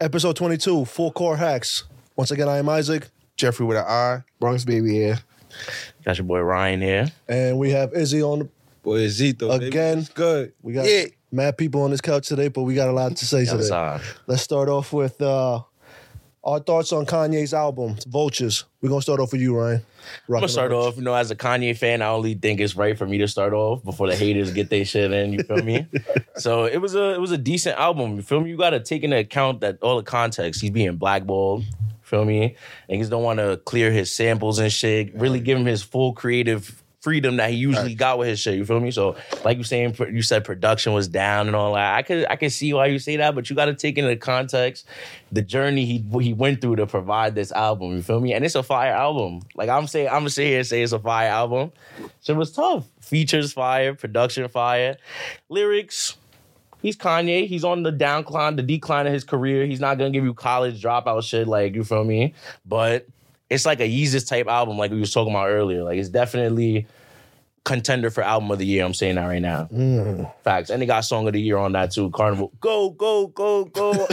Episode 22, Four Core Hacks. Once again, I am Isaac, Jeffrey with an I. Bronx baby here. Got your boy Ryan here. and we have Izzy on. Boy, Zito. baby, Again. it's good. We got Yeah. mad people on this couch today, but we got a lot to say That was today. on. Let's start off with uh, our thoughts on Kanye's album, Vultures. We're going to start off with you, Ryan. I'm gonna start off, you know, as a Kanye fan, I only think it's right for me to start off before the haters get their shit in. You feel me? so it was a it was a decent album. You feel me? You gotta take into account that all the context. He's being blackballed. Feel me? Niggas don't want to clear his samples and shit. Really give him his full creative freedom that he usually got with his shit. You feel me? So like you saying, you said production was down and all that. I could I could see why you say that, but you got to take into context the journey he he went through to provide this album. You feel me? And it's a fire album. Like I'm saying, I'm gonna sit here and say it's a fire album. So it was tough. Features fire, production fire, lyrics. He's Kanye. He's on the downcline, the decline of his career. He's not gonna give you college dropout shit. Like you feel me? But it's like a Yeezus type album, like we was talking about earlier. Like it's definitely contender for album of the year. I'm saying that right now. Facts. And they got song of the year on that too. Carnival. Go, go, go, go.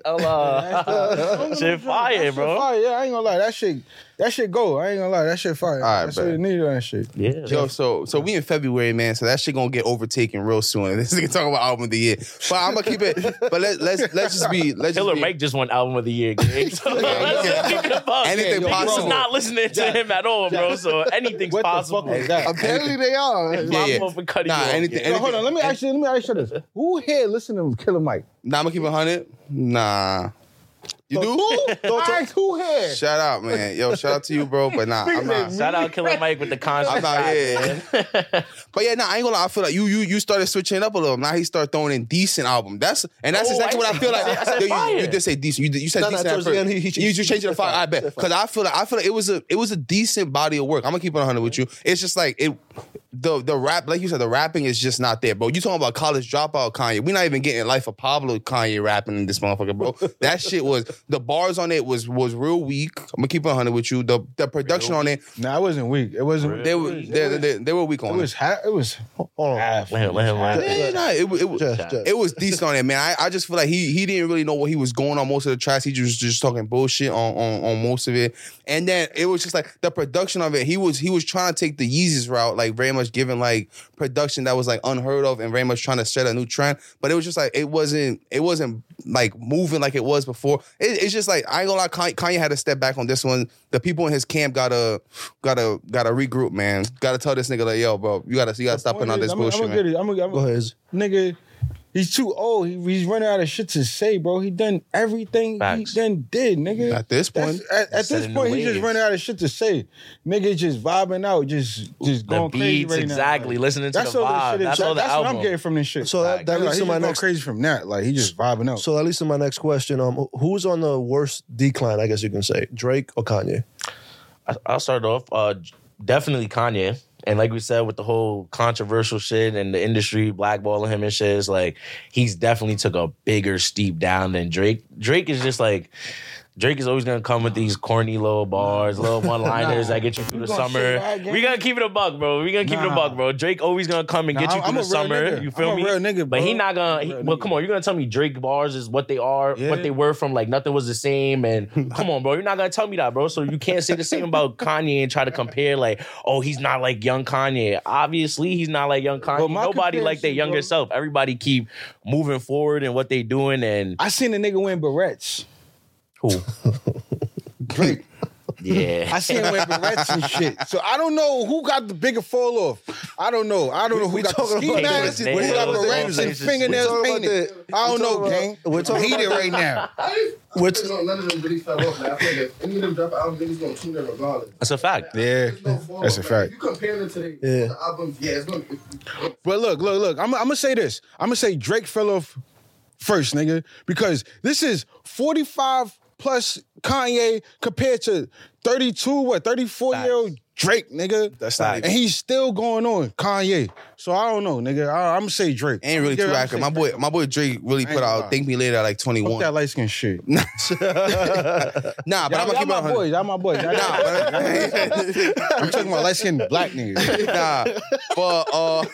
Ella. Shit fire, That Shit bro. fire. Yeah, I ain't gonna lie. That shit, that shit go. I ain't gonna lie. That shit fire. All right, That's bet. what you need on that shit. Yeah. Yo, so so we in February, man. So that shit gonna get overtaken real soon. This nigga talking about album of the year, but I'm gonna keep it. But let, let's let's just be let's Killer just be, Mike just won album of the year. Gabe. So let's just think about Anything Niggas possible. is not listening to him at all, bro. So anything's What possible. the fuck is that? Apparently they are. Yeah, yeah. Mom off and cut Nah, you off. anything. Yo, anything. hold on. Let me ask you. Let me ask you this. Who here listen to Killer Mike? Nah, I'm gonna keep it hundred. Nah, you do. I asked who here. shout out, man. Yo, shout out to you, bro. But nah, I'm not. Shout out Killer Mike with the I'm concert. not shot, here. but yeah, nah, I ain't gonna lie. I feel like you you you started switching it up a little. Now he started throwing in decent album. That's and that's Oh, exactly I what I said- feel like. I said Yo, you, fire. you did say decent. You, did- you said No, no, decent. towards at the first. end, he- he- you, you changed it to he fire. said I bet because I feel like I feel like it was a it was a decent body of work. I'm gonna keep it 100 with you. It's just like it. The the rap, like you said, the rapping is just not there, bro. You talking about college dropout Kanye? We're not even getting Life of Pablo Kanye rapping in this motherfucker, bro. That shit was the bars on it was was real weak. I'm gonna keep it 100 with you. The the production on it, Nah, it wasn't weak. It wasn't. they were they, they, they were weak on It it. was. Ha- it was Hold on. half. Let him, let him, let him. Yeah, nah, it, it, Jeff, it, Jeff. it was decent on it, man. I, I just feel like he he didn't really know what he was going on most of the tracks. He was just talking bullshit on, on on most of it, and then it was just like the production of it. He was he was trying to take the Yeezys route, like very much giving like production that was like unheard of, and very much trying to set a new trend. But it was just like it wasn't it wasn't like moving like it was before. It, it's just like I ain't gonna lie, Kanye, Kanye had to step back on this one. The people in his camp gotta gotta gotta regroup, man. Gotta tell this nigga like, yo, bro, you gotta you gotta stop putting on this I'm, bullshit, I'm man. gonna get it. I'm gonna, I'm Go ahead, Izzy. nigga. He's too old. He, he's running out of shit to say, bro. He done everything Facts. he done did, nigga. At this point, That's- at, at Set this in the point, he just waves. running out of shit to say. Nigga just vibing out, just just The going crazy beats, right exactly. now. Listening to That's the all this vibe. shit is. That's all the that's album. what I'm getting from this shit. So that- that leads Like, he to just my going next- crazy from that. Like he just vibing out. So that leads to my next question. Um, who's on the worst decline? I guess you can say Drake or Kanye. I- I'll start off. Uh, definitely Kanye. And like we said, with the whole controversial shit and the industry blackballing him and shit, it's like he's definitely took a bigger steep down than Drake. Drake is just like Drake is always gonna come with these corny little bars, little one liners that get you through the gonna summer. shit right again? We gonna keep it a buck, bro. We gonna keep it a Nah. buck, bro. Drake always gonna come and Nah, get you I'm- through I'm the a real summer. nigga. You feel I'm a me? real nigga, But he bro. not gonna. I'm a he- real well, nigga. come on, you're gonna tell me Drake bars is what they are, what they were from like nothing was the same, and come on, bro, you're not gonna tell me that, bro. So you can't say the same about Kanye and try to compare like, oh, he's not like young Kanye. Obviously, he's not like young Kanye. But my Nobody like their comparison, younger bro- self. Everybody keep moving forward and what they doing and I seen a nigga win barrettes. who, Drake. yeah. I seen him wear barrettes and shit. So I don't know who got the bigger fall off. I don't know. I don't know who we got the talking ski about nails, mask, who got nails, barrettes and nails, fingernails nails. painted. We're talking about I don't the- know, we're talking gang. about- we're talking I'm heated about- right now. Which- Which none of them really fell off, man. I feel like if any of them drop an album, niggas gonna tune in regardless. That's a fact. Yeah, There's no fall that's off, a man. fact. If you compare them to the, Yeah. the album, yeah, it's gonna. But look, look, look. I'm, I'm gonna say this. I'm gonna say Drake fell off first, nigga, because this is 45 plus Kanye compared to 32, what 34 year old Drake, nigga. That's not and even- he's still going on Kanye. So I don't know, nigga. I, I'm gonna say Drake. ain't really Yeah, too I'ma accurate. say My Drake. boy, my boy Drake really I ain't put out gonna "Think Me Later" at like twenty Fuck that one. light skin shit. Nah, but I'm gonna Y'all, y'all keep it my 100. boys. Y'all my boys. Y'all- Nah, but- I'm talking about light skinned black niggas. nah, but uh,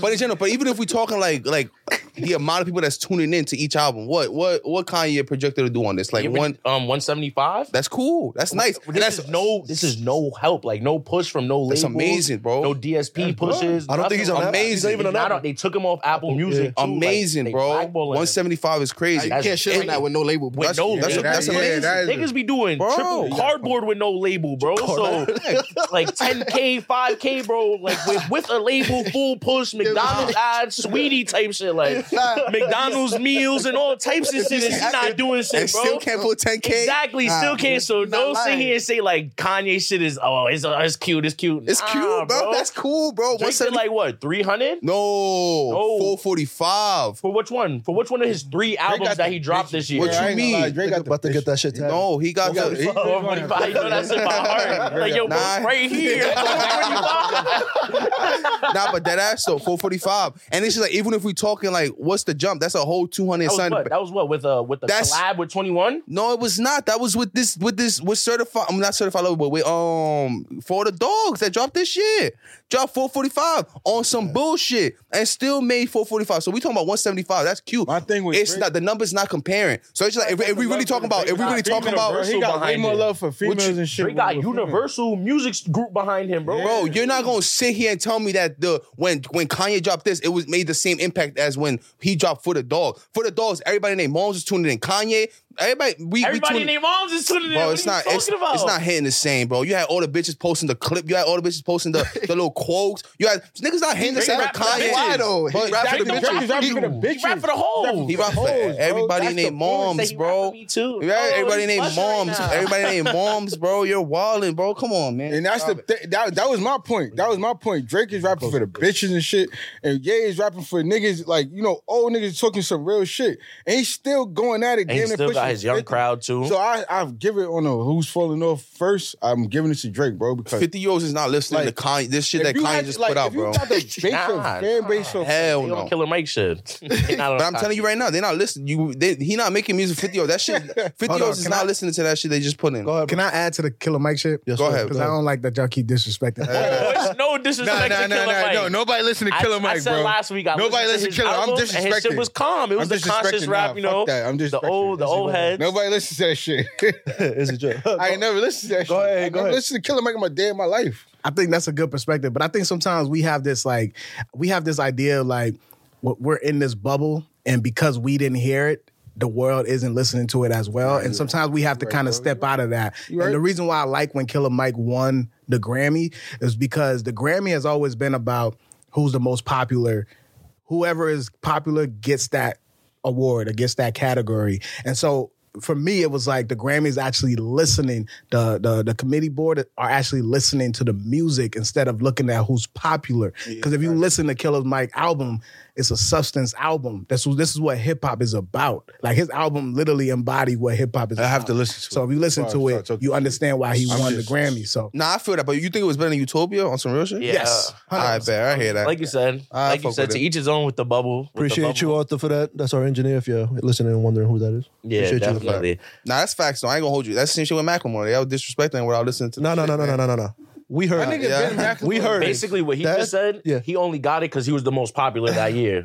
but in general, but even if we talking like like the amount of people that's tuning in to each album. What what what Kanye projected to do on this? Like Like one. one um one seventy five. That's cool. That's nice. And This that's is no. This is no help. Like no push from no labels. That's amazing, bro. No DSP pushes. I don't think he's on nothing. Apple. He's not even They on not Apple. on- They took him off Apple Music. too. Like, amazing, they bro. blackballing him. 175 is crazy. You That's can't shit on that with no label. bro. with no that's- label. that's Niggas- amazing. that is- niggas be doing Bro. triple cardboard with no label, bro. So like 10k, 5k, bro. Like with, with a label, full push, McDonald's ads, sweetie type shit, like McDonald's meals and all types of shit. And she not doing and shit, bro. still can't put 10k. Exactly, Nah, still can't. So he's not don't sit lying. here and say like Kanye shit is oh it's, uh, it's cute, it's cute. It's Nah, cute, bro. That's cool, bro. Drake did 175. like what three hundred no, 445. for which one? For which one of his three albums got that the he dropped this year? What you I ain't gonna mean? lie, Drake got the about to get bitch. that shit. tagged. No, he got got the. the- he- 445. You know Oh, that's in my heart. Like yo, bro, Nah. right here. 445. nah, but that ass though, 445. And it's just like, even if we talking like, what's the jump? That's a whole 200 That was, sign. what, that was what with uh with the That's- collab with 21. No, it was not. That was with this, with this, with certified. I'm not certified level, but with um for the dogs that dropped this shit, dropped 445 on some bullshit and still made 445. So we talking about 175. That's cute. My thing with it's Drake- not the numbers not comparing. So it's just like if, if we really talking about, if we really talking about, he got way behind more it. love for females and shit. Drake got with- with females. Universal Music Group behind him, bro. Bro, you're not gonna sit here and tell me that the when when Kanye dropped this, it was made the same impact as when he dropped for the dog. For the dogs, everybody named moms was tuning in. Kanye, everybody, we Everybody we in their moms is tuning in. Bro, What it's are you not talking it's, about? it's not hitting the same, bro. You had all the bitches posting the clip. You had all the bitches posting the, the little quotes. You had niggas not hitting the Drake same. with rap for the Kanye, bitches. Why though? But He rap for Drake the is bitches. rapping for the He rap bitches. for the hoes. He rap for Hoes, bro. everybody That's named the point. moms, bro. Me Oh, too. Yeah, everybody named moms. everybody named moms, bro. You're wilding, bro. Come on, man. And that's the th- that that was my point. That was my point. Drake is rapping for the bitches and shit, and Ye is rapping for niggas like you know old niggas talking some real shit, and he's still going at it. And he damn near still got pushing his young 50. crowd too. So I I give it on a who's falling off first. I'm giving it to Drake, bro, because 50 year olds is not listening Like, to Kanye. This shit if that you Kanye had- just like, put out, if you bro. got to base your Nah, fan base off Hell They no. on Killer Mike shit. But I'm telling you right now, they're not listening. You, they, he not making music. Fifty year that shit. Fifty Hold years on, is can not I- listening to that shit. They just put in. Go ahead. Can I add to the Killer Mike shit? Yes, Go sir. ahead. Because I don't like that y'all keep disrespecting. Oh, it's no disrespect to Killer Mike. No, nobody listen to I- Killer I Mike, said bro. last week I Nobody listened listen to Killer. I'm his album, and his shit disrespecting. was calm. It was I'm the conscious disrespecting. rap, Nah, you know. fuck that. I'm the disrespecting. old, the old heads. Nobody listens to that shit. Is it Drake? I ain't never listened to that Go shit. ahead, I go never ahead. listened to Killer Mike in my day in my life. I think that's a good perspective, but I think sometimes we have this like we have this idea of, like w- we're in this bubble, and because we didn't hear it, the world isn't listening to it as well. And sometimes we have to kind of step out of that. right. And the reason why I like when Killer Mike won the Grammy is because the Grammy has always been about who's the most popular. Whoever is popular gets that award or gets that category. And so for me, it was like the Grammys actually listening, the the the committee board are actually listening to the music instead of looking at who's popular. Because if you listen to Killer Mike album, it's a substance album. That's this is what hip hop is about. Like his album literally embodied what hip hop is. I have to listen to So it if you listen to before I it, start talking you shit. understand why he I'm won just- the Grammy. So Nah, I feel that, but you think it was better than Utopia on some real shit? Yeah. Yes. All right, bet. I hear that. Like you said, I like you fuck said, with to it. each his own with the bubble. with the Appreciate you, bubble. Arthur, for that. That's our engineer. If you're listening and wondering who that is. Yeah, Appreciate you. definitely. Nah, that's facts. though. I ain't gonna hold you. That's the same shit with Macklemore. They all disrespecting without listening to. No, no, the shit, no, no, man. no, no, no, no. We heard. Nigga, it. yeah. Ben Macklemore- We heard it. Basically, what he That- just said, yeah. he only got it because he was the most popular that year.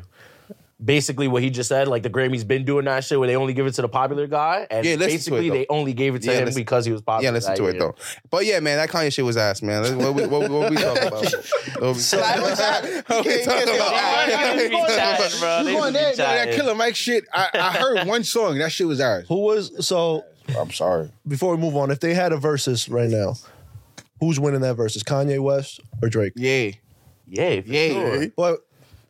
Basically, what he just said, like the Grammys been doing that shit where they only give it to the popular guy, and Yeah, listen to it, basically though. they only gave it to Yeah, him listen- because he was popular. Yeah, listen that to it year. though. But yeah, man, that Kanye shit was ass, man. That's- What, we- what, we- what we talking about? What we talking about? What we talking Yeah, they be chatting, about? bro. They You be on that, that chatting. Killer Mike shit? I, I heard one song. That shit was ours. Who was so? I'm sorry. Before we move on, if they had a versus right now, who's winning that versus? Kanye West or Drake? Yeah, Yeah, for Yeah. sure. Well,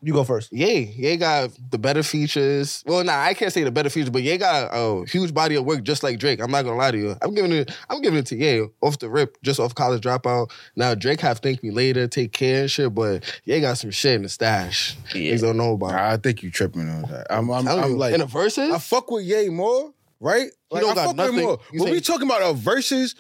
you go first. yeah, yeah. Got the better features. Well, nah, I can't say the better features, but yeah, got a huge body of work just like Drake. I'm not gonna lie to you. I'm giving it. I'm giving it to yeah off the rip, just off college dropout. Now Drake have thank me later, take care and shit, but yeah, got some shit in the stash. Yeah. You don't know about. I think you tripping on that. I'm, I'm, Telling I'm you, like, in the verses. I fuck with Ye more, right? Like, don't I got fuck nothing. with more. You When say- we talking about a versus,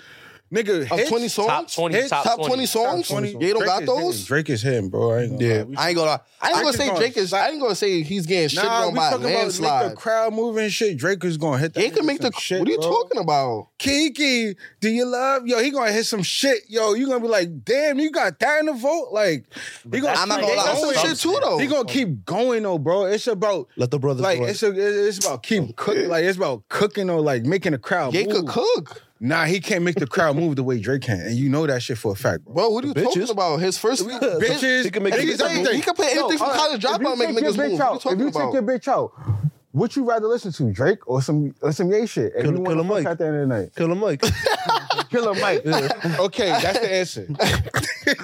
nigga. Of hits- 20 songs? Top 20, Hits? top, Top 20. 20, songs? Ye don't Drake got is- those? Drake is him, bro. I ain't gonna Yeah, lie. We- I ain't gonna lie. I ain't I gonna just say gonna Drake is. I ain't gonna say he's getting shit Nah, on we by a talking about make landslide. the crowd move and shit. Drake is gonna hit that. He can nigga make the. some shit, what are you bro. talking about? Kiki, do you love? Yo, he gonna hit some shit. Yo, you gonna be like, damn, you got that in the vote. Like, he gonna I'm not keep gonna lie. Oh, That's going. some yeah. shit too though. He gonna keep going though, bro. It's about Let the brothers like do it. it's a, it's about keep cooking. Like it's about cooking or like making the crowd. Ye move. could cook, Nah, he can't make the crowd move the way Drake can, and you know that shit for a fact, bro. bro. What are you talking about? His first Bitches, He can make and it- he's he can- everything. he can play anything from all College if you Dropout, make take your niggas bitch move. What out- you talking if you take about? your bitch out, what you rather listen to, Drake or some or some Ye shit? If Kill- you want Killer to fuck Mike. at the end of the night, Killer Mike. Killer Mike. Okay, that's the answer.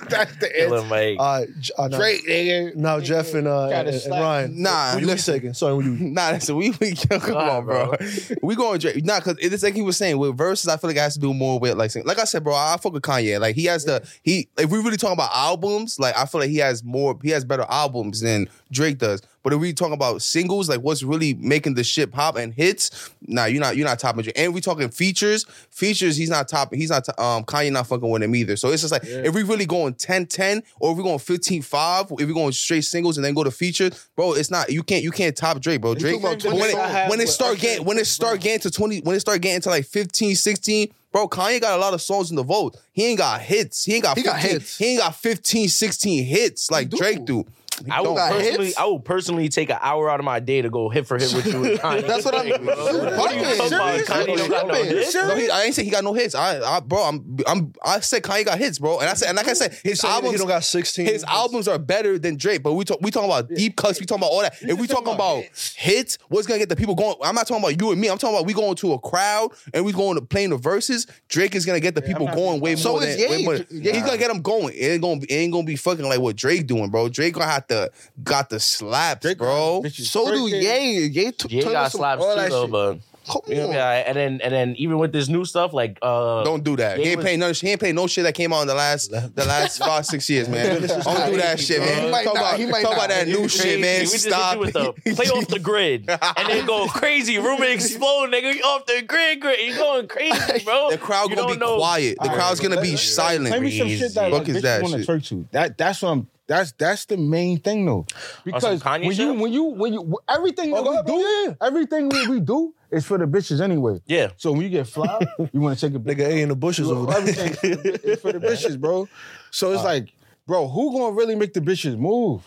that's the Killer answer. Mike. All right, J- uh, now, Drake, nigga. Now Jeff and, uh, Gotta and, and slap- Ryan. Nah, what you listen. taking? Sorry, what you? Nah, listen, we, we come on, bro. we going Drake. Nah, cause it's like he was saying with verses. I feel like it has to do more with like, like I said, bro. I fuck with Kanye. Like he has the he. If we really talking about albums, like I feel like he has more. He has better albums than Drake does. But if we talking about singles, like what's really making the shit pop and hits, nah, you're not you're not topping Drake. And we talking features, features. He's not topping. He's not. to- um, Kanye not fucking with him either. So it's just like if we really going 10-10 or if we going 15-5, if we going straight singles and then go to features, bro. It's not you can't you can't top Drake, bro. Drake talking about when 20 it, songs I have when it with start Usher getting when it start getting to 20 when it start getting to like 15 16 bro Kanye got a lot of songs in the vote he ain't got hits he ain't got, He got 15 hits. he ain't got 15 16 hits like do. Drake do I would got personally, hits? I would personally take an hour out of my day to go hit for hit with you. And Kanye. That's what I'm. You What are you bugging. talking about? Kanye don't got no Tripping. hits? no, he, I ain't say he got no hits. I, I, bro, I'm, I'm, I said Kanye got hits, bro, and I said, and like I said, his Saying albums, he don't got 16. his albums are better than Drake. But we talk, we talking about deep cuts. We talking about all that. If we talking about hits, what's gonna get the people going? I'm not talking about you and me. I'm talking about we going to a crowd and we going to playing the verses. Drake is gonna get the people going way So more than. is Ye. way more than- Ye- He's gonna get them going. It ain't gonna, be, it ain't gonna be fucking like what Drake doing, bro. Drake gonna have to got the slaps, bro. So do Ye. Ye t- Yeah, he turned got us some- slaps all too, that though, shit. but Come you know, on. yeah, and then and then even with this new stuff, like uh, Don't do that. Ye He ain't was- paying no. He ain't paying no shit that came out in the last the last five six years, man. Don't do that shit, man. He might talk not, about, he might talk not. about that new shit, man. We just Stop. do it though. Play off the grid and then go crazy. Room explode, nigga. You off the grid, grid. You going crazy, bro. the crowd You gonna don't be know- quiet. The crowd's gonna be Play silent. me some shit that Fuck like, is that bitches want to shit? twerk to. That that's what I'm. That's that's the main thing though, because Kanye when you, shit? when you when you everything that go we ahead, bro, do, everything we, we do is for the bitches anyway. Yeah. So when you get fly, you want to take a bitch. Nigga A in the bushes over there. Everything is for the bitches, bro. So it's like, bro, who gonna really make the bitches move?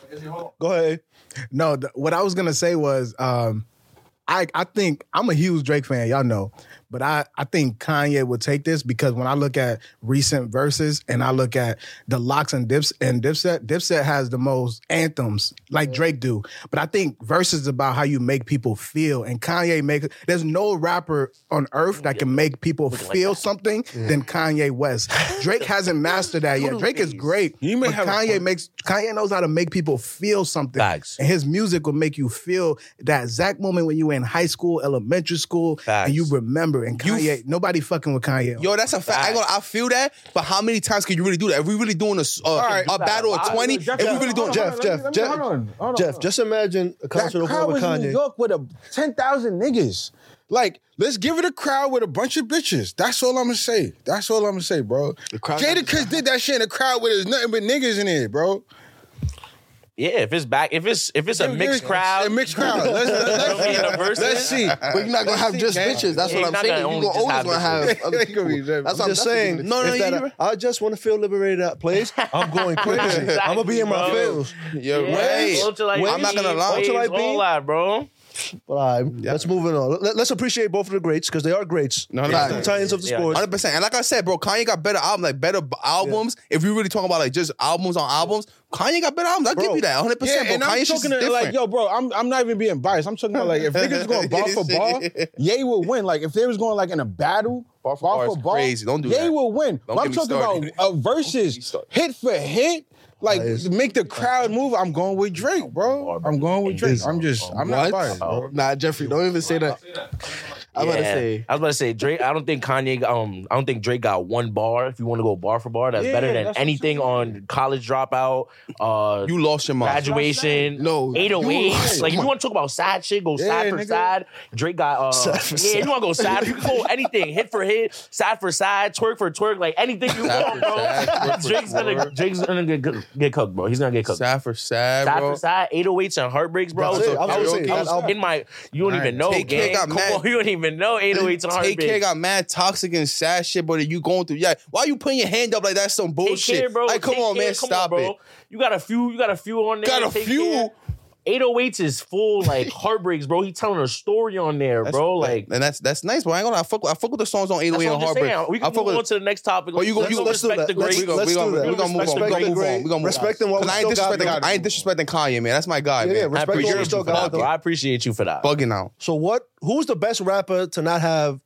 Go ahead. No, th- what I was gonna say was, um, I I think I'm a huge Drake fan, y'all know, but I I think Kanye would take this because when I look at recent verses and I look at the locks and dips and Dipset, Dipset has the most anthems like Drake do, but I think verses is about how you make people feel, and Kanye make there's no rapper on earth that can make people feel something than Kanye West. Drake hasn't mastered that yet. Drake is great, You may but have a Kanye point. makes Kanye knows how to make people feel something. Facts. And his music will make you feel that Zach moment when you were in high school, elementary school, Facts. and you remember. And Kanye, nobody fucking with Kanye. Yo, that's a fact. I, ain't gonna, I feel that, but how many times can you really do that? If we really doing a, s- uh, a battle of 20, if we really doing Jeff, Hold on, Jeff, let me- Jeff, hold on, hold on. Jeff, just imagine a That concert crowd over with was in New Kanye. York with a ten thousand niggas. Like, let's give it a crowd with a bunch of bitches. That's all I'm gonna say. That's all I'm gonna say, bro. crowd- Jada Kiss did that shit in a crowd where there's nothing but niggas in it, bro. Yeah, if it's back, if it's if it's a mixed crowd, A mixed crowd. Let's, let's, don't be in a verse. let's see. But you're not gonna have just gang. bitches. That's Yeah, what you're I'm not saying. gonna You're only gonna just always have gonna have bitches. other They gonna be people. different. That's what I'm I'm just that's what saying. you're No, gonna- no, Oh, you- I just want to feel liberated at plays. I'm going crazy. I'm gonna be in my Exactly, feels. You're Yeah, right. ultralight I'm not gonna beam, lie. waves, Ultralight beam? all that, bro. But all right, let's move it on. Let, us appreciate both of the greats because they are greats. No, no, They're no. the titans of the Yeah. sport. Hundred percent, and like I said, bro, Kanye got better album, like better b- albums. If you really talking about like just albums on albums, Kanye got better albums. I'll give Bro. you that, hundred percent. Bro, Yeah, and I'm Kanye's just talking to, different. like, yo, bro, I'm I'm not even being biased. I'm talking about like if niggas going bar for bar, Ye would win. Like if they was going like in a battle, bar for bar is Oh, crazy. Don't do Ye that. would win. Don't But get I'm me talking started. about uh, versus started. hit for hit. Like make the crowd move. I'm going with Drake, bro. I'm going with Drake. I'm just I'm not What? biased. Bro. Nah, Jeffrey, don't even say that. I was about to Yeah. say. I was about to say Drake. I don't think Kanye. Um, I don't think Drake got one bar. If you want to go bar for bar, that's Yeah, better than that's what anything you- on college dropout, uh, You lost your mind. graduation, No, eight oh you eight. right. Like if you want to talk about side shit, go side Yeah, for nigga. side. Drake got uh, Side for yeah. side. You want to go side for pull anything, hit for hit, side for side, twerk for twerk, like anything you Side want, for bro. side, twerk for Drake's gonna twerk. Drake's gonna get, get cooked, bro. He's gonna get cooked. Side, Sad for sad, bro. for side, eight oh eights and heartbreaks, bro. I was That's it. I would say karaoke. that album. in my you don't Alright. even know, Take care, gang. got Come mad- on, you don't even know 808s and Take care, heartbreak. got mad toxic and sad shit, but you going through? Yeah, why you putting your hand up like that's some Take bullshit? care, bro. Like, come Take on, care. man, Come on, stop bro. it. You got a few. You got a few on there. Got a Take few. care. 808s is full like heartbreaks, bro. He telling a story on there, That's- bro. that- Like and that's that's nice, but I ain't gonna. I fuck, with- I fuck with the songs on 808 that's what and I'm just Heartbreak. saying. We I can fuck move with- on to the next topic. But you gonna- Let's you- go let's do respect that. the Let's- great. We gonna, let's we do gonna, that. We gonna move Respect on. the We gonna great move on. great. We gonna move Respect on. them while we Cause I ain't still got disrespecting. them. I ain't disrespecting Kanye, man. That's my guy, Yeah, man. yeah, I respect You're them. appreciate We you still for got that, bro. them. I appreciate you for that. Bugging out. So what? Who's the best rapper to not have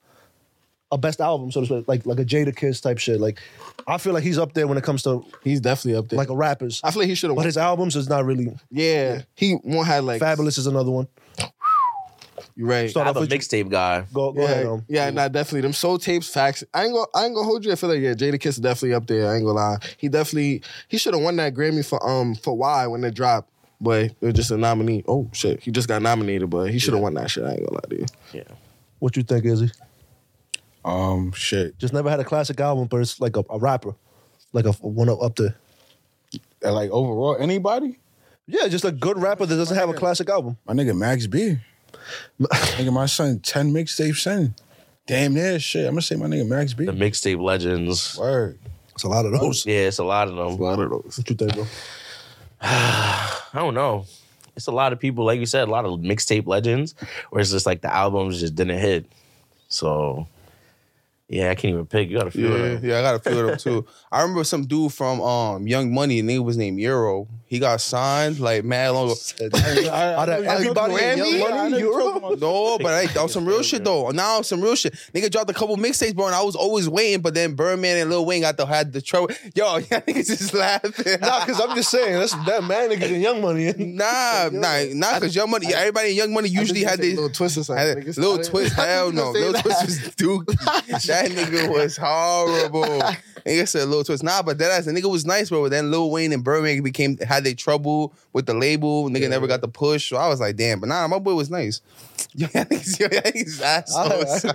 a best album, so to speak, like like a Jada Kiss type shit? Like, I feel like he's up there when it comes to He's definitely up there. like a rappers, I feel like he should but have. his albums is not really. Yeah, he won't have like Fabulous is another one. You right? Start I'm off a with you. mixtape guy. Go, go yeah, ahead. Um, yeah, nah, definitely. Them soul tapes, facts. I ain't gonna, I ain't gonna hold you. I feel like yeah, Jada Kiss is definitely up there. I ain't gonna lie. He definitely, he should have won that Grammy for um for Why when it dropped. But it was just a nominee. Oh shit, he just got nominated, but he should have won that shit. I ain't gonna lie to you. what you think, Izzy? Um, shit. Just never had a classic album, but it's like a, a rapper, like a, a one up up there. And, Like overall, anybody? Yeah, just a good rapper that doesn't have a classic album. My nigga Max B. nigga, my son, 10 mixtapes son. Damn near shit. I'm gonna say my nigga Max B. The mixtape legends. Word. It's a lot of those. Yeah, it's a lot of them. A lot of those. What you think, bro? I don't know. It's a lot of people, like you said, a lot of mixtape legends, where it's just like the albums just didn't hit. So, yeah, I can't even pick. You got a few of Yeah, them. yeah, I got a few of them too. I remember some dude from um Young Money, and he was named Euro. He got signed like mad long ago. Out of everybody, in Young Money, Euro? No, but I, that was some real shit though. Now some real shit. Nigga dropped a couple mixtapes, bro, and I was always waiting. But then Birdman and Lil Wayne got the had the trouble. Yo, yeah, niggas just laughing. Nah, because I'm just saying that's that man niggas in Young Money. Nah, nah, nah, cause Young Money, everybody in Young Money usually had this little twist or something. had nigga. I little didn't- twist. I Hell was no, gonna say little that. twist was dookie. that nigga was horrible. Nigga said little twist. Nah, but that ass, the nigga was nice, bro. But then Lil Wayne and Birdman became had they trouble with the label. Nigga never got the push. So I was like, damn. But nah, my boy was nice. Yo, that nigga's, yo, that nigga's assholes.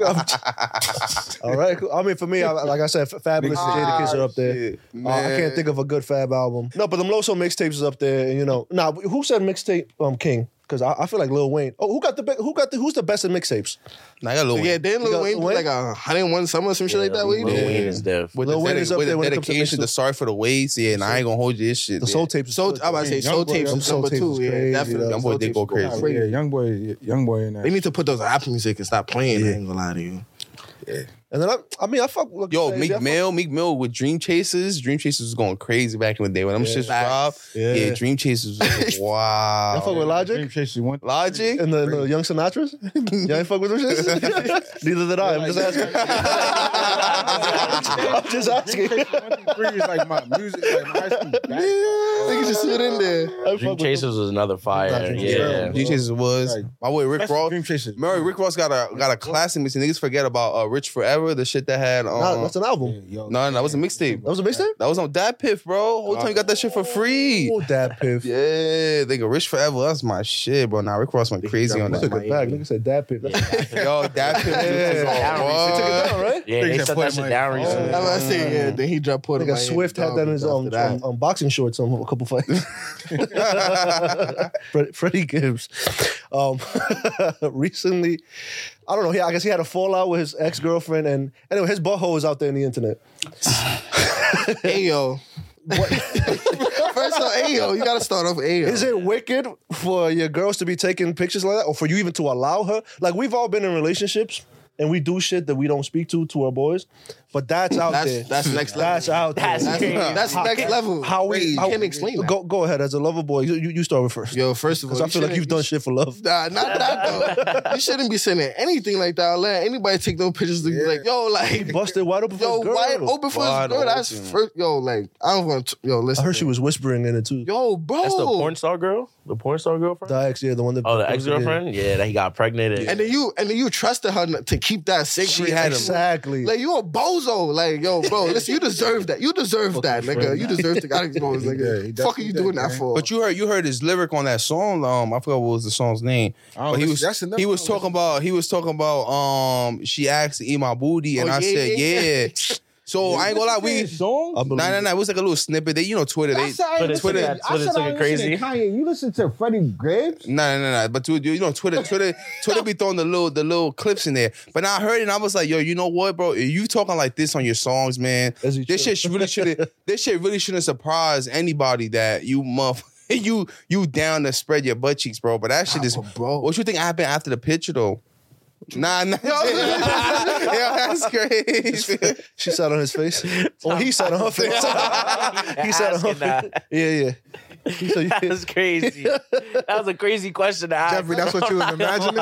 All right, cool. I mean, for me, I, like I said, F- Fabulous and Jada Kiss are up Ah, there. shit, Uh, I man. can't think of a good Fab album. No, but them Loso mixtapes is up there. And, you know, now who said mixtape um King? Because I, I feel like Lil Wayne. Oh, who got the be- who got the who's the best at mixtapes? Nah, I got Lil Wayne. Yeah, then You Lil got Wayne do Wayne? like a 101 summer, some shit like that. What Lil you Wayne did? is deaf. With Lil the, Wayne dedi- is up with there the when it comes to dedication, mixtape. the sorry for the ways, yeah, and I ain't gonna hold you this shit. The yeah. Soul Tapes. is So good. I'm about to say Young Soul Boy, Tapes Young is number Boy two. was Yeah, crazy, definitely. though. Young Boy Soul did Tapes go is crazy. going Yeah, young boy, young boy in that. They need to put those rap music and stop playing. I ain't gonna lie to you. And then I, I mean, I fuck. Look, Yo, I- I Meek fuck- Mill, Meek Mill with Dream Chasers. Dream Chasers was going crazy back in the day when I'm shits dropped. Yeah. Dream Chasers was I fuck with wow. Dream Logic Chasers one. Logic. and the, the Young Sinatras. you ain't fuck with them shits. Neither did I. I'm just asking. I'm just asking. Dream Chasers one through three is like my music, like my high school. basketball. Niggas just sit in there. I Dream fuck with Chasers was another fire. Dream Yeah. Chasers. Dream Chasers was Like, my boy Rick That's Ross. Dream Chasers. Murray Rick Ross got a got a classic mixtape. Niggas forget about uh, Rich Forever, the shit that had. Um, Nah, that's an album. Yo, no, no, that was a mixtape. That was a mixtape. That was on Dad Piff, bro. Whole time you got that shit for free. Oh, that piff. Yeah, nigga, Rich Forever. That's my shit, bro. Now Rick Ross went crazy on You took that. it back. Nigga said that piff. Yo, Dad Piff. Yeah. They took it All right. Yeah, they Things that shut put that shit my- down recently. I'm about to say, yeah, then he dropped Port Uh-huh. Nigga, Swift had that in his own um, um, boxing shorts on a couple fights. Fred- Freddie Gibbs. Um, recently, I don't know. He, I guess he had a fallout with his ex girlfriend, and anyway, his butthole is out there in the internet. Hey, yo. First of all, hey, yo, you gotta start off with hey, yo. Is Oh, it wicked for your girls to be taking pictures like that, or for you even to allow her? Like we've all been in relationships. And we do shit that we don't speak to to our boys, but that's out That's- there. that's next level. That's out there. That's That's, crazy. that's How- next level. how we you how- can't explain that. Go go ahead as a lover boy. You you, you start with first. Yo, first of all, Because I feel like shouldn't- you've done shit for love. Nah, not that though. You shouldn't be sending anything like that. I'll let anybody take no pictures to be like, yo, like, Busted wide open for yo, his girl. wide open for his Wide girl. That's open. first, yo, like, I don't want to, yo, I listen. heard she was whispering in it too. Yo, bro. That's the porn star girl? the porn star girlfriend? The ex, yeah, the one that. oh, the ex girlfriend. Yeah. that he got pregnant. And, And then you and then you trusted her to keep that secret. She had him. Exactly. Like you a bozo. Like yo, bro, listen, you deserve that. You deserve that, nigga. You deserve to get exposed, he nigga. Fuck are definitely you doing did, that man. for? But you heard you heard his lyric on that song. Um, I forgot what was the song's name. Oh, but he that's- was that's another he was one. talking about he was talking about um she asked to eat my booty and Oh, I yeah, said yeah, yeah. So I ain't gonna lie, we song. I believe nah nah it. nah. It was like a little snippet. They you know Twitter. They I said I ain't Twitter took listen to- it- I Twitter said took I ain't it listen to Kanye, you listen to Freddie Gibbs? Nah, nah, nah. nah. But dude, you know, Twitter, Twitter, Twitter be throwing the little, the little clips in there. But now I heard it, and I was like, yo, you know what, bro? If you talking like this on your songs, man, As you this should. shit really shouldn't. this shit really shouldn't surprise anybody that you muff. You you down to spread your butt cheeks, bro. But that shit is bro. What you think happened after the picture though? Nah, nah. yo, that's crazy. She sat on his face. Or oh, he sat on her face. he sat on her Asking face. that. Yeah, yeah. He said, That was crazy. that was a crazy question to ask. Jeffrey, that's what you was imagining?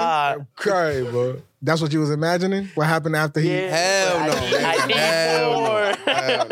Cry, bro. That's what you was imagining? What happened after he? Yeah. Hell I- no, I, man. need Hell no. more. Hell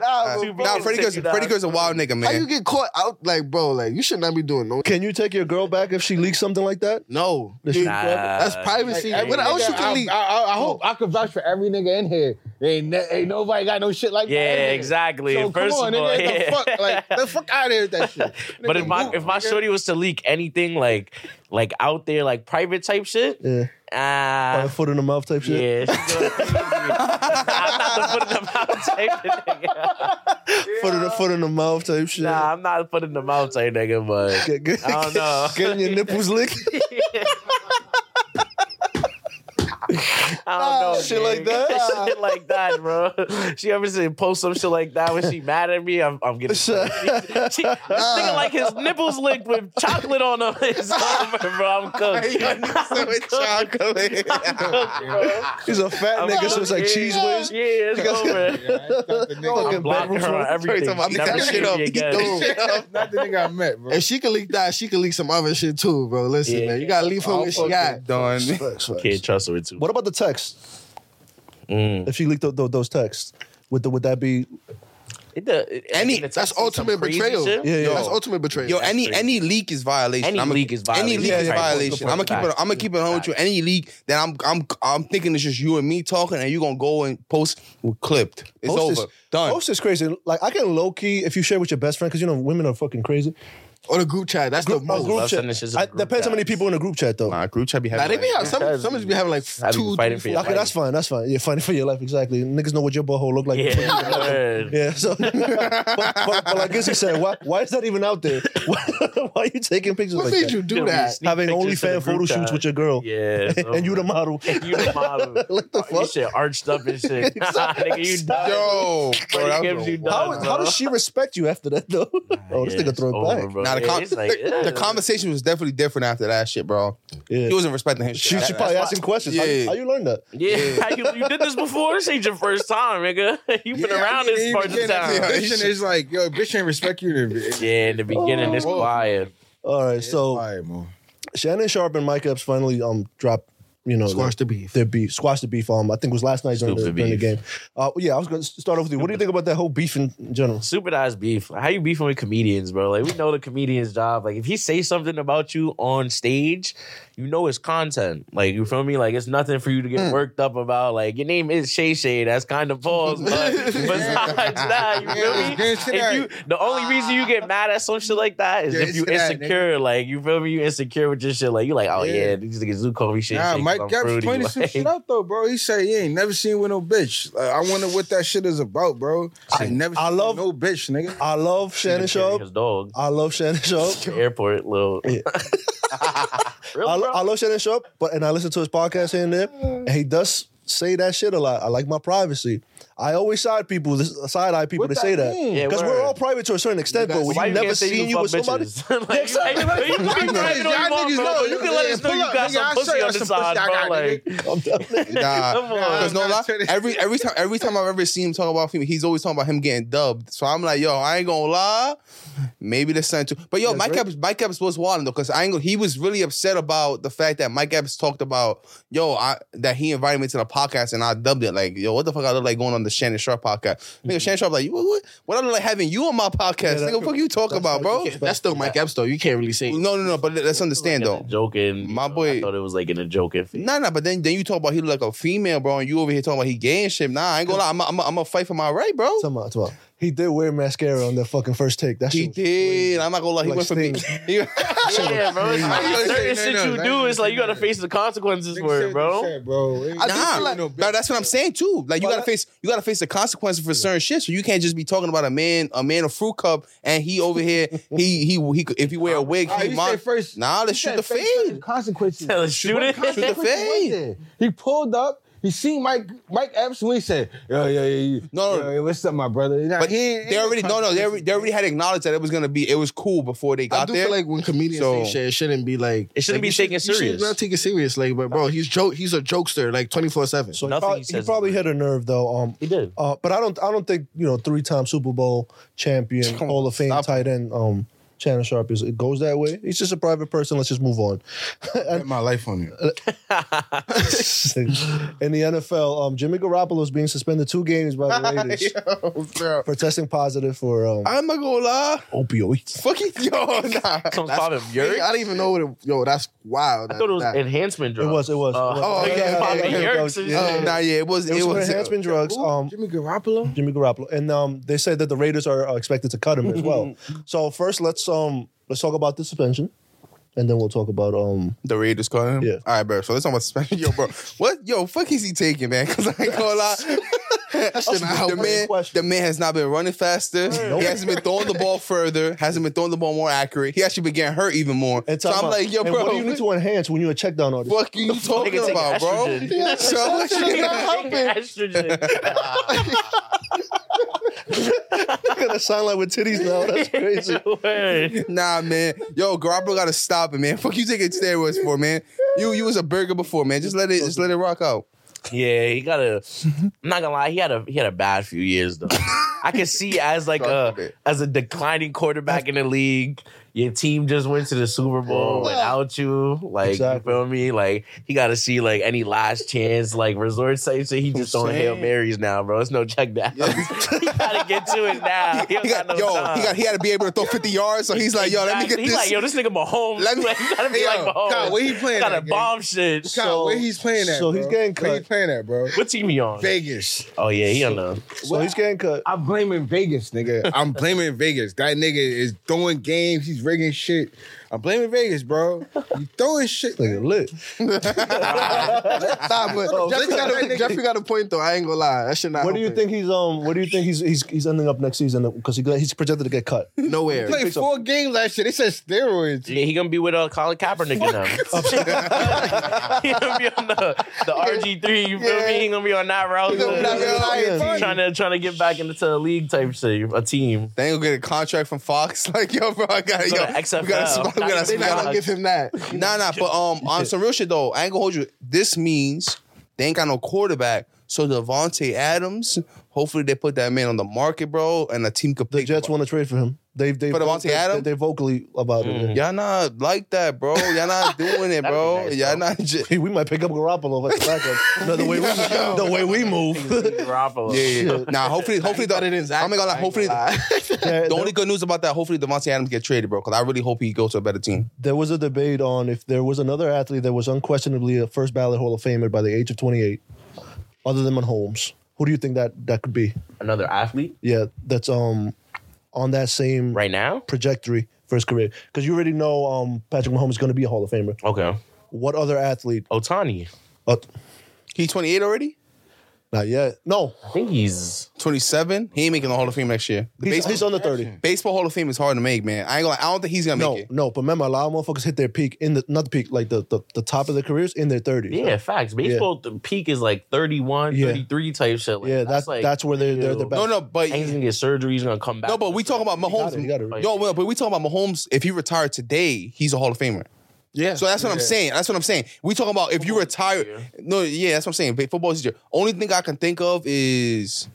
Nah, Too bro, nah, Freddie Gibbs, Freddie Gibbs a wild nigga, how you man. get caught out? Like, bro, like you should not be doing no. Can you take your girl back if she leaks something like that? No, Does she- Nah. that's privacy. Like, what else you I, can leak? I, I, I hope I could vouch for every nigga in here. Ain't, ne- ain't nobody got no shit like that. in Yeah, here. exactly. So First come on, of all, nigga, yeah. the fuck, like the fuck out of here with that shit. But if Nigga, my move, if my nigga. shorty was to leak anything like like out there like private type shit, Yeah. By ah, the foot in the mouth type shit. yeah, she's gonna leave me. I'm not the foot in the mouth type of nigga. Foot in the foot in the mouth type shit. Nah, I'm not the foot in the mouth type nigga. But Get, get, I don't know. Getting your nipples licked. I don't know, Shit gang. like that? shit like that, bro. She ever said post some shit like that when she mad at me. I'm, I'm getting. she, this nigga like his nipples licked with chocolate on them. It's over, bro. I'm cooked. Yo, niggas said with chocolate. He's a fat I'm nigga, so it's like cooked. cheese whiz. Yeah, it's over. Fucking I'm blocking bedroom her on floor. everything. Talking about She Never that see shit up. me again. Dude, Not the nigga I met, bro. if she can leak that, she can leak some other shit too, bro. Listen, Yeah. man, you gotta leave her where she got. Done. Facts, facts. Can't trust her too. What about the text? Mm. If she leaked tho- tho- those texts, would the, would that be? It, the, it, Any- it's That's some ultimate crazy betrayal. shit. Yeah, yeah. That's ultimate betrayal. Yo, any crazy. any leak is violation. Any I'ma- leak is Any violation. leak Yeah, is yeah. violation. I'm gonna keep it. Facts. I'm gonna keep it on with you. Any leak that I'm I'm I'm thinking it's just you and me talking, and you gonna go and post with clipped. It's Post over. is- Done. Post is crazy. Like I can low key if you share with your best friend because you know women are fucking crazy. or the group chat. That's Group, the oh, most. group Love chat. sending shits in I- group depends how many chats. people in a group chat though. Nah, group chat be Nah, having. they be have some. that's- Some be having like I'd be two, fighting three, for four. your Okay, life. that's fine. That's fine. Yeah, fighting for your life. Exactly. Niggas know what your butthole look like. Yeah, word. Yeah, so but, but, but like Izzy said, why why is that even out there? Why, why are you taking pictures What like made that? you do Dude, that? sneak Having pictures to the OnlyFan group photo shoots chat. with your girl, Yeah, it's and you the over. model. you the model. Like the Your fuck? shit arched up and shit. Nah, nigga, you done. Yo, bro, Freddie that Gibbs, was a you wild- How, done, how bro. does she respect you after that though? oh, this Yeah, nigga throw it's it over, back. bro. Nah, the, Yeah, con- it's like, the, the yeah. conversation was definitely different after that shit, bro. Yeah. He wasn't respecting his She, shit. she That- probably that's asking questions. Yeah. How, how you learn that? Yeah, you, you did this before. This ain't your first time, nigga. You've been Yeah, around I mean, this even part of getting that town. Bitch is like, yo, bitch ain't respect you. to be- Yeah, in the beginning, it's Oh. quiet. All right, so Alright, man. Shannon Sharp and Mike Epps finally um dropped you know Squash the beef. their beef squash the beef um I think it was last night during, the, Stupid during the beef. game. Uh, yeah, I was going to start off with you. What do you think about that whole beef in general? Supervised beef. How you beefing with comedians, bro? Like we know the comedian's job. Like if he say something about you on stage, you know it's content. Like you feel me? Like it's nothing for you to get Hmm. worked up about. Like your name is Shay Shay. That's kind of pause. But besides that, you feel Yeah, me? get to If that. you, the only reason you get mad at some shit like that is Get if you to that, insecure. like you feel me? You insecure with your shit. Like you like, oh yeah, Yeah. these niggas do call me Shay Nah, Shay. 'cause Mike I'm Epps fruity. pointed some Like, shit out though, bro. He said he ain't never seen with no bitch. Like, I wonder what that shit is about, bro. I ain't never. I seen love- with no bitch, nigga. I love Shannon Sharp. His dog. I love Shannon Sharp. Airport, little. Yeah. Real, I, bro. lo- I love Shannon Sharp, but and I listen to his podcast here and there, and he does say that shit a lot. I like my privacy. I always side people, this, side eye people What to that say mean? that Yeah, because word. we're all private to a certain extent. But guys- when Why you never can't say seen you fuck with somebody, bitches? Yeah, like, exactly. like, you Y'all can be private all you niggas want, know. bro. You can let us know Pull you up, got nigga. I'll some pussy show y'all on the some pussy side, I bro. got, Like, Nah, Come on. because no Nah, lie, Trinity. every every time every time I've ever seen him talk about female, he's always talking about him getting dubbed. So I'm like, yo, I ain't gonna lie, maybe the center. But yo, Mike Epps, Mike Epps was wilding though, because I ain't gonna, he was really upset about the fact that Mike Epps talked about yo I, that he invited me to the podcast and I dubbed it like, yo, what the fuck I look like going on the Shannon Sharp podcast? Nigga, Shannon Sharp like, you what, what? What I look like having you on my podcast? that- Nigga, fuck you talk about, bro? That's still Mike Epps though. You can't really say. No, no, no. But let's understand though. Joking. My you know, boy- I thought it was like in a joking. thing. Nah, nah, but then then you talk about he look like a female, bro, and you over here talking about he gay and shit. Nah, I ain't gonna lie, I'm gonna I'm I'm fight for my right, bro. Come on, come on. He did wear mascara on that fucking first take. That shit. He was- did. I'm not gonna lie, he Like went for me. He- Yeah, bro. It's like, Nah, certain nah, shit nah, you nah, do, nah, it's like you nah. gotta face the consequences for it, bro. bro. I do Nah, feel like- bro, that's what I'm saying too. Like you Well, gotta face you gotta face the consequences for certain shit. So you can't just be talking about a man a man a fruit cup and he over here he he he if he wear a wig Nah, he you mon- oh, said first- Nah, let's shoot the fade. Consequences. Tell us, shoot it. Shoot the fade. He pulled up. He seen Mike Mike Epps when he said, "Yo, yo, yo, yo, No, no. yo, yo, what's up, my brother?" Nah, But he ain't- they already no no they already, they already had acknowledged that it was gonna be it was cool before they I got do there. feel like when comedians So- say shit, it shouldn't be like It shouldn't like, be you taken you serious. not taken serious, like, but bro, he's joke. He's a jokester, like twenty four seven. So he Nothing probably, he he says is probably right. hit a nerve though. Um, He did. uh, but I don't. I don't think you know three time Super Bowl champion, Come on, Hall of Fame stop it. tight end. Um, Shannon Sharp is. It goes that way. He's just a private person. Let's just move on. bet my life on you. In the NFL, um, Jimmy Garoppolo is being suspended two games by the Raiders for testing positive for um, I'm not gonna lie. opioids. Fuck it, yo, nah. Comes popping Yuri? Yuri. I don't even know what. It, yo, that's wild. I thought it was enhancement It drugs. was. It was. Uh, it was. oh, yeah, yeah, Popping yeah, Yurks and yeah. shit. Oh, Um, Nah, yeah, it was It was it for was uh, enhancement drugs. Um, Jimmy Garoppolo. Jimmy Garoppolo, and um, they said that the Raiders are, are expected to cut him as well. so first, let's um, let's talk about the suspension, and then we'll talk about um, The Raiders caught him. Yeah. All right, bro. So let's talk about suspension. Yo, bro. What? Yo, fuck is he taking, man? Because I ain't gonna lie. the man, question. the man has not been running faster. He hasn't been throwing the ball further. Hasn't been throwing the ball more accurate. He actually been getting hurt even more. And so time I'm out. like, yo, And bro, what do you need to enhance when you're a check down artist? fuck you talking Nigga take about, bro? estrogen. So I'm like, Estrogen. gonna sound like with titties now. That's crazy. Word. nah, man. Yo, Garoppolo gotta stop it, man. Fuck you taking steroids for, man. You you was a burger before, man. Just let it just let it rock out. Yeah, he got a. I'm not gonna lie, he had a he had a bad few years though. I can see as like Trust me. a as a declining quarterback in the league. Your team just went to the Super Bowl without you. Like Exactly. you feel me? Like he got to see like any last chance like resort type shit. He just throwing hail marys now, bro. It's no check down. he gotta get to it now. He, don't He got, got no yo, time. he got he gotta be able to throw 50 yards. So he's like, yo, let me get Exactly. this. He like yo, this nigga Mahomes. Let Let me- me, like, he gotta be Yo, like Mahomes. God, where he playing Gotta at, gang? bomb shit. God, So- where he's playing at? so he's bro? getting Where cut. he playing at, bro? What team he on? Vegas. Oh yeah, he on the. So he's getting cut. I'm blaming Vegas, nigga. I'm blaming Vegas. That nigga is throwing games. He's rigging shit. I'm blaming Vegas, bro. You throwing shit. Nigga, lit. nah, but Jeffrey, look at got that a, nigga. Jeffrey got a point though. I ain't gonna lie. That should not. What do you happen. think he's um? What do you think he's he's, he's ending up next season? Because he, he's projected to get cut. Nowhere. Played four games last year. They said steroids. Yeah, he gonna be with uh, Colin Kaepernick now. he gonna be on the, the RG three. You feel me? He gonna be on that route. gonna be on the Lions. trying to trying to get back into the league type shit, a team. They ain't gonna get a contract from Fox. Like, yo, bro, I gotta, Go yo, to we gotta, XFL. we gotta, They we not gotta, gonna give him that. nah, nah, but um, on some real shit though, I ain't gonna hold you. This means they ain't got no quarterback. So Devontae Adams, hopefully they put that man on the market, bro, and the team could The pick him Jets up. want to trade for him. They they For Devontae they, they, Adams? they vocally about it. Y'all not like that, bro. Y'all not doing it, bro. That'd be nice, Y'all though. not. Just, Hey, we might pick up Garoppolo as a backup. no, the way we the way we move. Garoppolo. yeah, yeah. Nah, hopefully, hopefully, the, Better than Zach. I'm not gonna lie. I ain't Hopefully, the lie. Yeah, there- only good news about that, hopefully, Devontae Adams get traded, bro, because I really hope he goes to a better team. there was a debate on if there was another athlete that was unquestionably a first ballot Hall of Famer by the age of 28, other than Mahomes. Who do you think that that could be? Another athlete Yeah, that's um on that same right now. trajectory for his career because you already know um Patrick Mahomes is going to be a Hall of Famer. Okay, What other athlete? Otani. Uh, He 28 already. not yet. No, I think he's 27. He ain't making the Hall of Fame next year. The he's, baseball- he's under 30. Baseball Hall of Fame is hard to make, man. I ain't gonna, I don't think he's gonna No, make it. no, but remember, a lot of motherfuckers hit their peak in the not the peak, like the the, the top of their careers in their 30s. yeah. Facts. Baseball the peak is like 31, Yeah. 33 type shit. Like, Yeah, that's like that's where they're they're the ew. best. No, no, but And he's gonna get surgery. He's gonna come back. no, but we talking about got it, Mahomes. you got it. No, well, but we talking about Mahomes. If he retired today, he's a Hall of Famer. yeah. So that's what I'm saying. That's what I'm saying. We talking about if you retire. No, yeah, that's what I'm saying. But Football is easier. Only thing I can think of is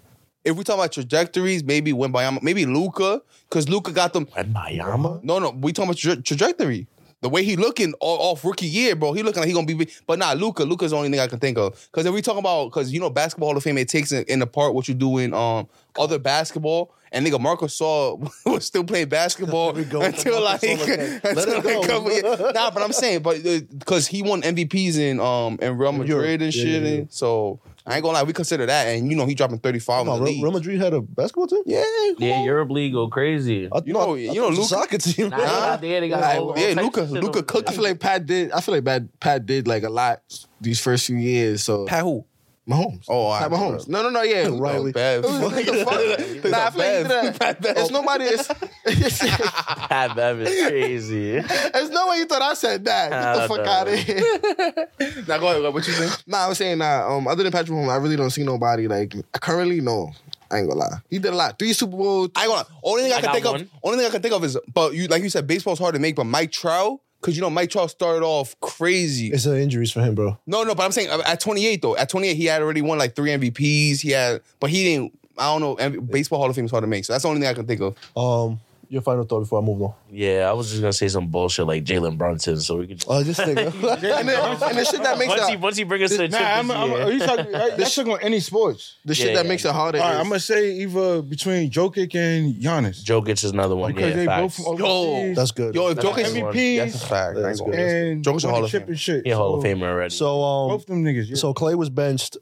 if we talk about trajectories, maybe Wembayama, maybe Luca, because Luca got them. Wembayama? No, no, we talking about tra- trajectory. The way he looking all, off rookie year, bro, he looking like he gonna be. big. But nah, Luca, Luca's the only thing I can think of. Because if we talking about, because you know, basketball Hall of Fame, it takes in, in the part what you do in um other basketball. And nigga, Marco Saul was still playing basketball go with the until like Marcus Saul effect. Let until it go. like a couple years. Nah, but I'm saying, but because he won MVPs in um in Real Madrid and Yeah, shit, yeah, yeah. and so I ain't gonna lie, we consider that. And you know, he dropping 35 No, in the Real, league. Real Madrid had a basketball team. yeah, come Yeah, on. Europe League go crazy. I, You no, know- I- I you thought know it was a Luka- soccer team. Nah, out there, they got all- all yeah, types of Luka- shit Luka over there. cooked I feel like Pat did. I feel like Pat, Pat did like a lot these first few years. So Pat who? Mahomes. Oh, Pat I- Mahomes. No, no, no. Yeah, Riley. Bev. What the fuck? nah, I feel like he did that. It's nobody. It's, it's, Pat Bev is crazy. it's no way you thought I said that. Get I the fuck don't out know. of here. Now go ahead. What you think? Nah, I was saying that. Um, other than Patrick Mahomes, I really don't see nobody like currently. No, I ain't gonna lie. He did a lot. Three Super Bowls. I ain't gonna. lie. Only thing I, I can got think one. of. Only thing I can think of is, but you like you said, baseball's hard to make. But Mike Trout, because you know Mike Trout started off crazy. It's the injuries for him, bro. no, no, but I'm saying uh, at 28 though. At 28, he had already won like three MVPs. He had, but he didn't. I don't know. M- Baseball Hall of Fame is hard to make, so that's the only thing I can think of. Um, your final thought before I move on. Yeah, I was just gonna say some bullshit like Jalen Brunson, so we could. Just, Oh, this nigga. And the, and the shit that makes once he the, once he brings us to a Nah, chip I'm, this I'm, year. are you talking, that shit on any sports. Yeah, the shit that yeah, makes yeah. it harder. All right, is- I'm gonna say either between Jokic and Giannis Jokic is another one. because yeah, they facts. both from Yo, overseas That's good. Yo, if That's Jokic, a good one. MVPs that's a fact. I ain't gonna- and Jokic a won Hall the of chip Fame. and shit. He a Hall of So, Famer already. so um, Both them niggas. Yeah. so Clay was benched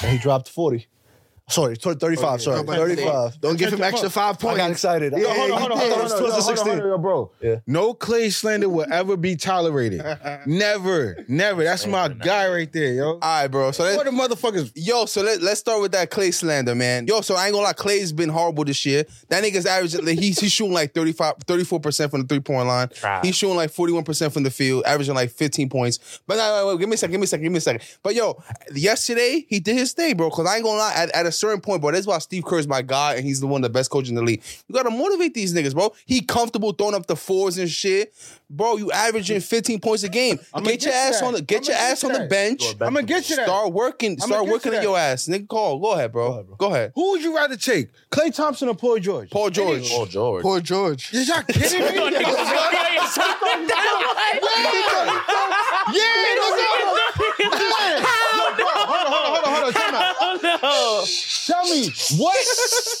and he dropped forty. Sorry, thir- thirty-five. Sorry, Nobody say- thirty-five. Don't give him Come on. extra five I points. got excited. Yo, hold on, hold on, hold on, It's hold on, 2016. hold on, hold on, bro. Yeah. No Clay slander will ever be tolerated. never, never. That's my guy right there, yo. All right, bro. So What let's, the motherfuckers? Yo, so let, let's start with that Clay slander, man. Yo, so I ain't gonna lie, Clay's been horrible this year. That nigga's average, like, he's, he's shooting like 35, 34% from the three point line. Right. He's shooting like 41% from the field, averaging like 15 points. But nah, wait, wait, give me a second, give me a second, give me a second. But yo, yesterday, he did his thing, bro, because I ain't gonna lie, at, at a certain point, bro, that's why Steve Kerr is my guy and he's the one of the best coach in the league. You gotta motivate these niggas, bro. He comfortable throwing up the fours and shit. Bro, you averaging 15 points a game. I'ma Get your get ass that. on the get I'ma your get ass on the that. bench. I'm gonna get you that. Start working. I'ma start get working to in that. your ass. Nigga, call. Go ahead, bro. Go ahead. Who would you rather take, Clay Thompson or Paul George? Paul George. Paul George. Poor George. Is y'all kidding me? Yo, niggas yeah, is gonna get it. nigga. Yeah. Yo, bro, Hold on, hold on, hold on, hold on. Time out. No. Tell me what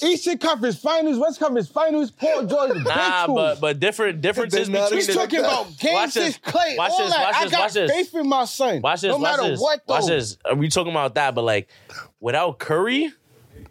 Eastern Conference Finals, West Conference Finals, Paul George. Nah, bench who? but but different differences They're not between He's He's the talking about game Watch this. six, Clay, Watch all this, that. watch I this, got watch this. faith in my son. Watch this. no watch matter this. what, though. Watch this. Are we talking about that? But like, without Curry,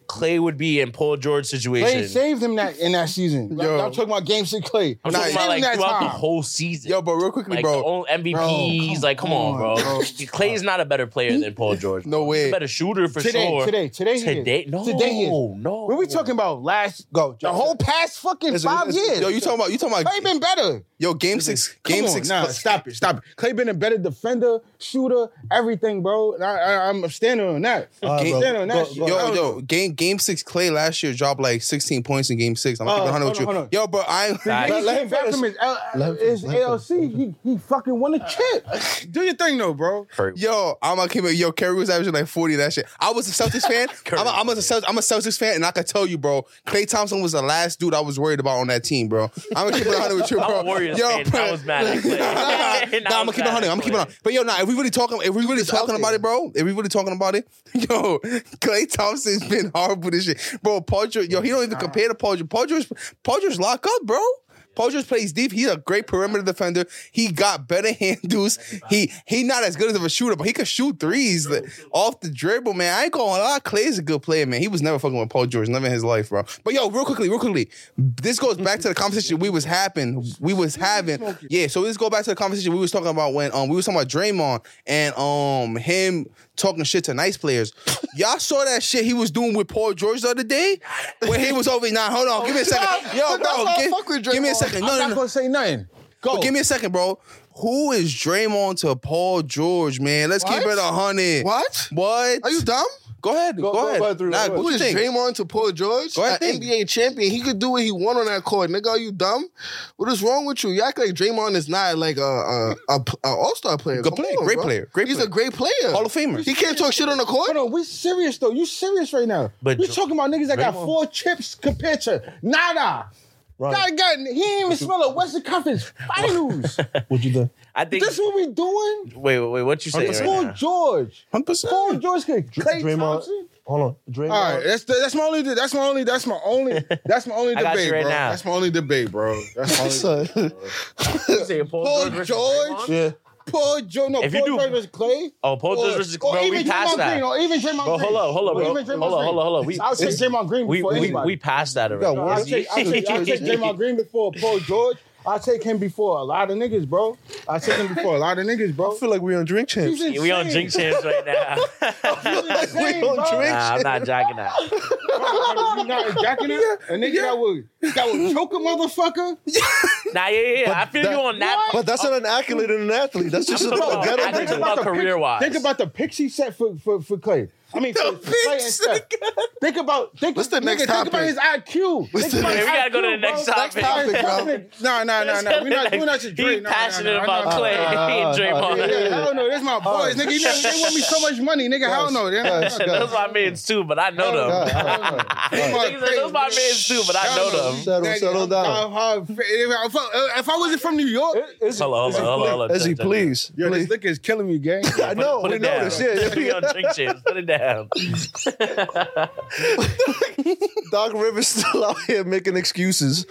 Clay would be in Paul George Clay situation. saved him that in that season. Like, Yo. I'm talking about game six, Clay. I'm talking Saved about him like that throughout the time. whole season. Yo, but real quickly, like the bro. old MVPs. like, come on, bro. Clay's not a better player than Paul George. No bro. He's way. a better shooter for Today, sure. today, today, he is. Today, no, today, he is. no. What we talking about? Last Go, the Joe. whole past fucking It's a- five it's a- years. Yo, you talking about you talking Clay about been better. yo game six game Come on, six. nah, stop it, stop it. Clay been a better defender, shooter, everything, bro. And I, I, I'm standing on that. right, I'm bro. standing on Go- that. shit. go- I Yo, don't- yo, game game six. Clay last year dropped like 16 points in game six. I'm Uh, keeping 100 with hold on, you. hold Yo, bro, I Nah, ain't. He Let- let came him back from his, finish. L- Let him finish, his let him ALC. He, he fucking won Uh, a chip. Do your thing though, bro. Curry. Yo, I'm a Kimmy. Yo, Curry was averaging like 40 that shit. I was a Celtics fan. I'm, a, I'm, a Celt- I'm a Celtics fan, and I could tell you, bro, Clay Thompson was the last dude I was worried about on that team, bro. I'm gonna keep it 100 with you, I'm bro. a Warriors Yo, fan. bro. I was mad at Clay. And I nah, I'm gonna was keep it mad 100. at I'm keeping Clay. on. But yo, nah, if we really talking, if we really talking about it, bro, if we really talking about it, yo, Clay Thompson's been horrible this shit, bro. Paul George, yo, he don't even compare to Paul George. Paul George, Paul George, lock up, bro. Paul George plays deep. He's a great perimeter defender. He got better handles. He he not as good as of a shooter, but he could shoot threes like, off the dribble, man. I ain't gonna lie. Clay's a good player, man. He was never fucking with Paul George, never in his life, bro. But yo, real quickly, real quickly, this goes back to the conversation we was having. We was having, yeah. So let's go back to the conversation we was talking about when um we was talking about Draymond and um him talking shit to nice players. Y'all saw that shit he was doing with Paul George the other day when he was over. Nah, hold on, give me a second, yo, That's bro, why I give, fuck with give me a Draymond. second. I'm No, not no, no. gonna say nothing. Go. But give me a second, bro. Who is Draymond to Paul George, man? Let's keep What? it a hundred. What? What? Are you dumb? Go ahead. Go, go ahead. ahead through, Nah, go what Who you is think? Draymon to Paul George? Go ahead, An think. NBA champion. He could do what he want on that court. Nigga, are you dumb? What is wrong with you? You act like Draymond is not like a, a, a, all star player. Good Come player. on, Great bro. player. Great He's player. a great player. Hall of Famer. He can't talk shit on the court. Hold on, we serious though. You serious right now? But we Dr- talking about niggas that got Draymond- four chips compared to nada. Ryan, God, God, he ain't even smell a Western Conference Finals. what you think? I think. this what we doing? wait, wait, wait. What you say? It's Paul Right now? George. Hundred percent. Paul George could Clay Draymond. Thompson. Hold on, Draymond. All right, that's the, that's my only that's my only that's my only that's my only I got you debate, right bro. now. That's my only debate, bro. That's my only Son. You say Paul, Paul George. versus George, Draymond? yeah. Paul George, no, If you Paul do- George versus Clay. Oh, Paul George versus bro. We passed Draymond Green, that. or even Draymond Bro, Green. hold up, hold up, Or bro. even Draymond Hold up, Green. hold up, hold up. We- I would take Draymond Green We before we, anybody. we passed that already. one. I'll take, I'll, take, I'll take Draymond Green before Paul George. I'll take him before a lot of niggas, bro. I'll take him before a lot of niggas, I bro. feel like we're on drink champs. He's insane. we on drink champs right now. Like we insane, on bro. drink. nah, I'm not jacking that. You not jacking it? A nigga that would that would choke a motherfucker. Nah, yeah, yeah. yeah. I feel that- you on that. But that's not an accolade in an athlete. That's just a talking about ghetto athletes. nigga. about the pic- career-wise. Think about the picks he set for for, for Clay. I mean, for, for Clay and Steph. Think about think, What's the nigga, next Think about topic? his IQ. What's Think the about next- his We gotta go to IQ, the next bro. topic. Next topic, bro. No, no, no, no. We're not doing that to Dre. He's Nah, nah, passionate nah, about nah, Clay nah, nah, and nah, Draymond. nah, Yeah, hell no, that's my boys, nigga. You know, they want me so much money, nigga. Hell no, they Uh, Guys, guys. Those my mans too, but I know God, I them. don't know. Niggas like, Those my mans too, but I know them. Settle, Nigga, settle I'm- down. I'm- I'm- If I- if I wasn't from New York, Hello, hello, hello, hello. As he please. yo, this please. liquor is killing me, gang. I know, Put we it know down. this. Yeah, We on drink champs. Put it down. Doc Rivers still out here making excuses.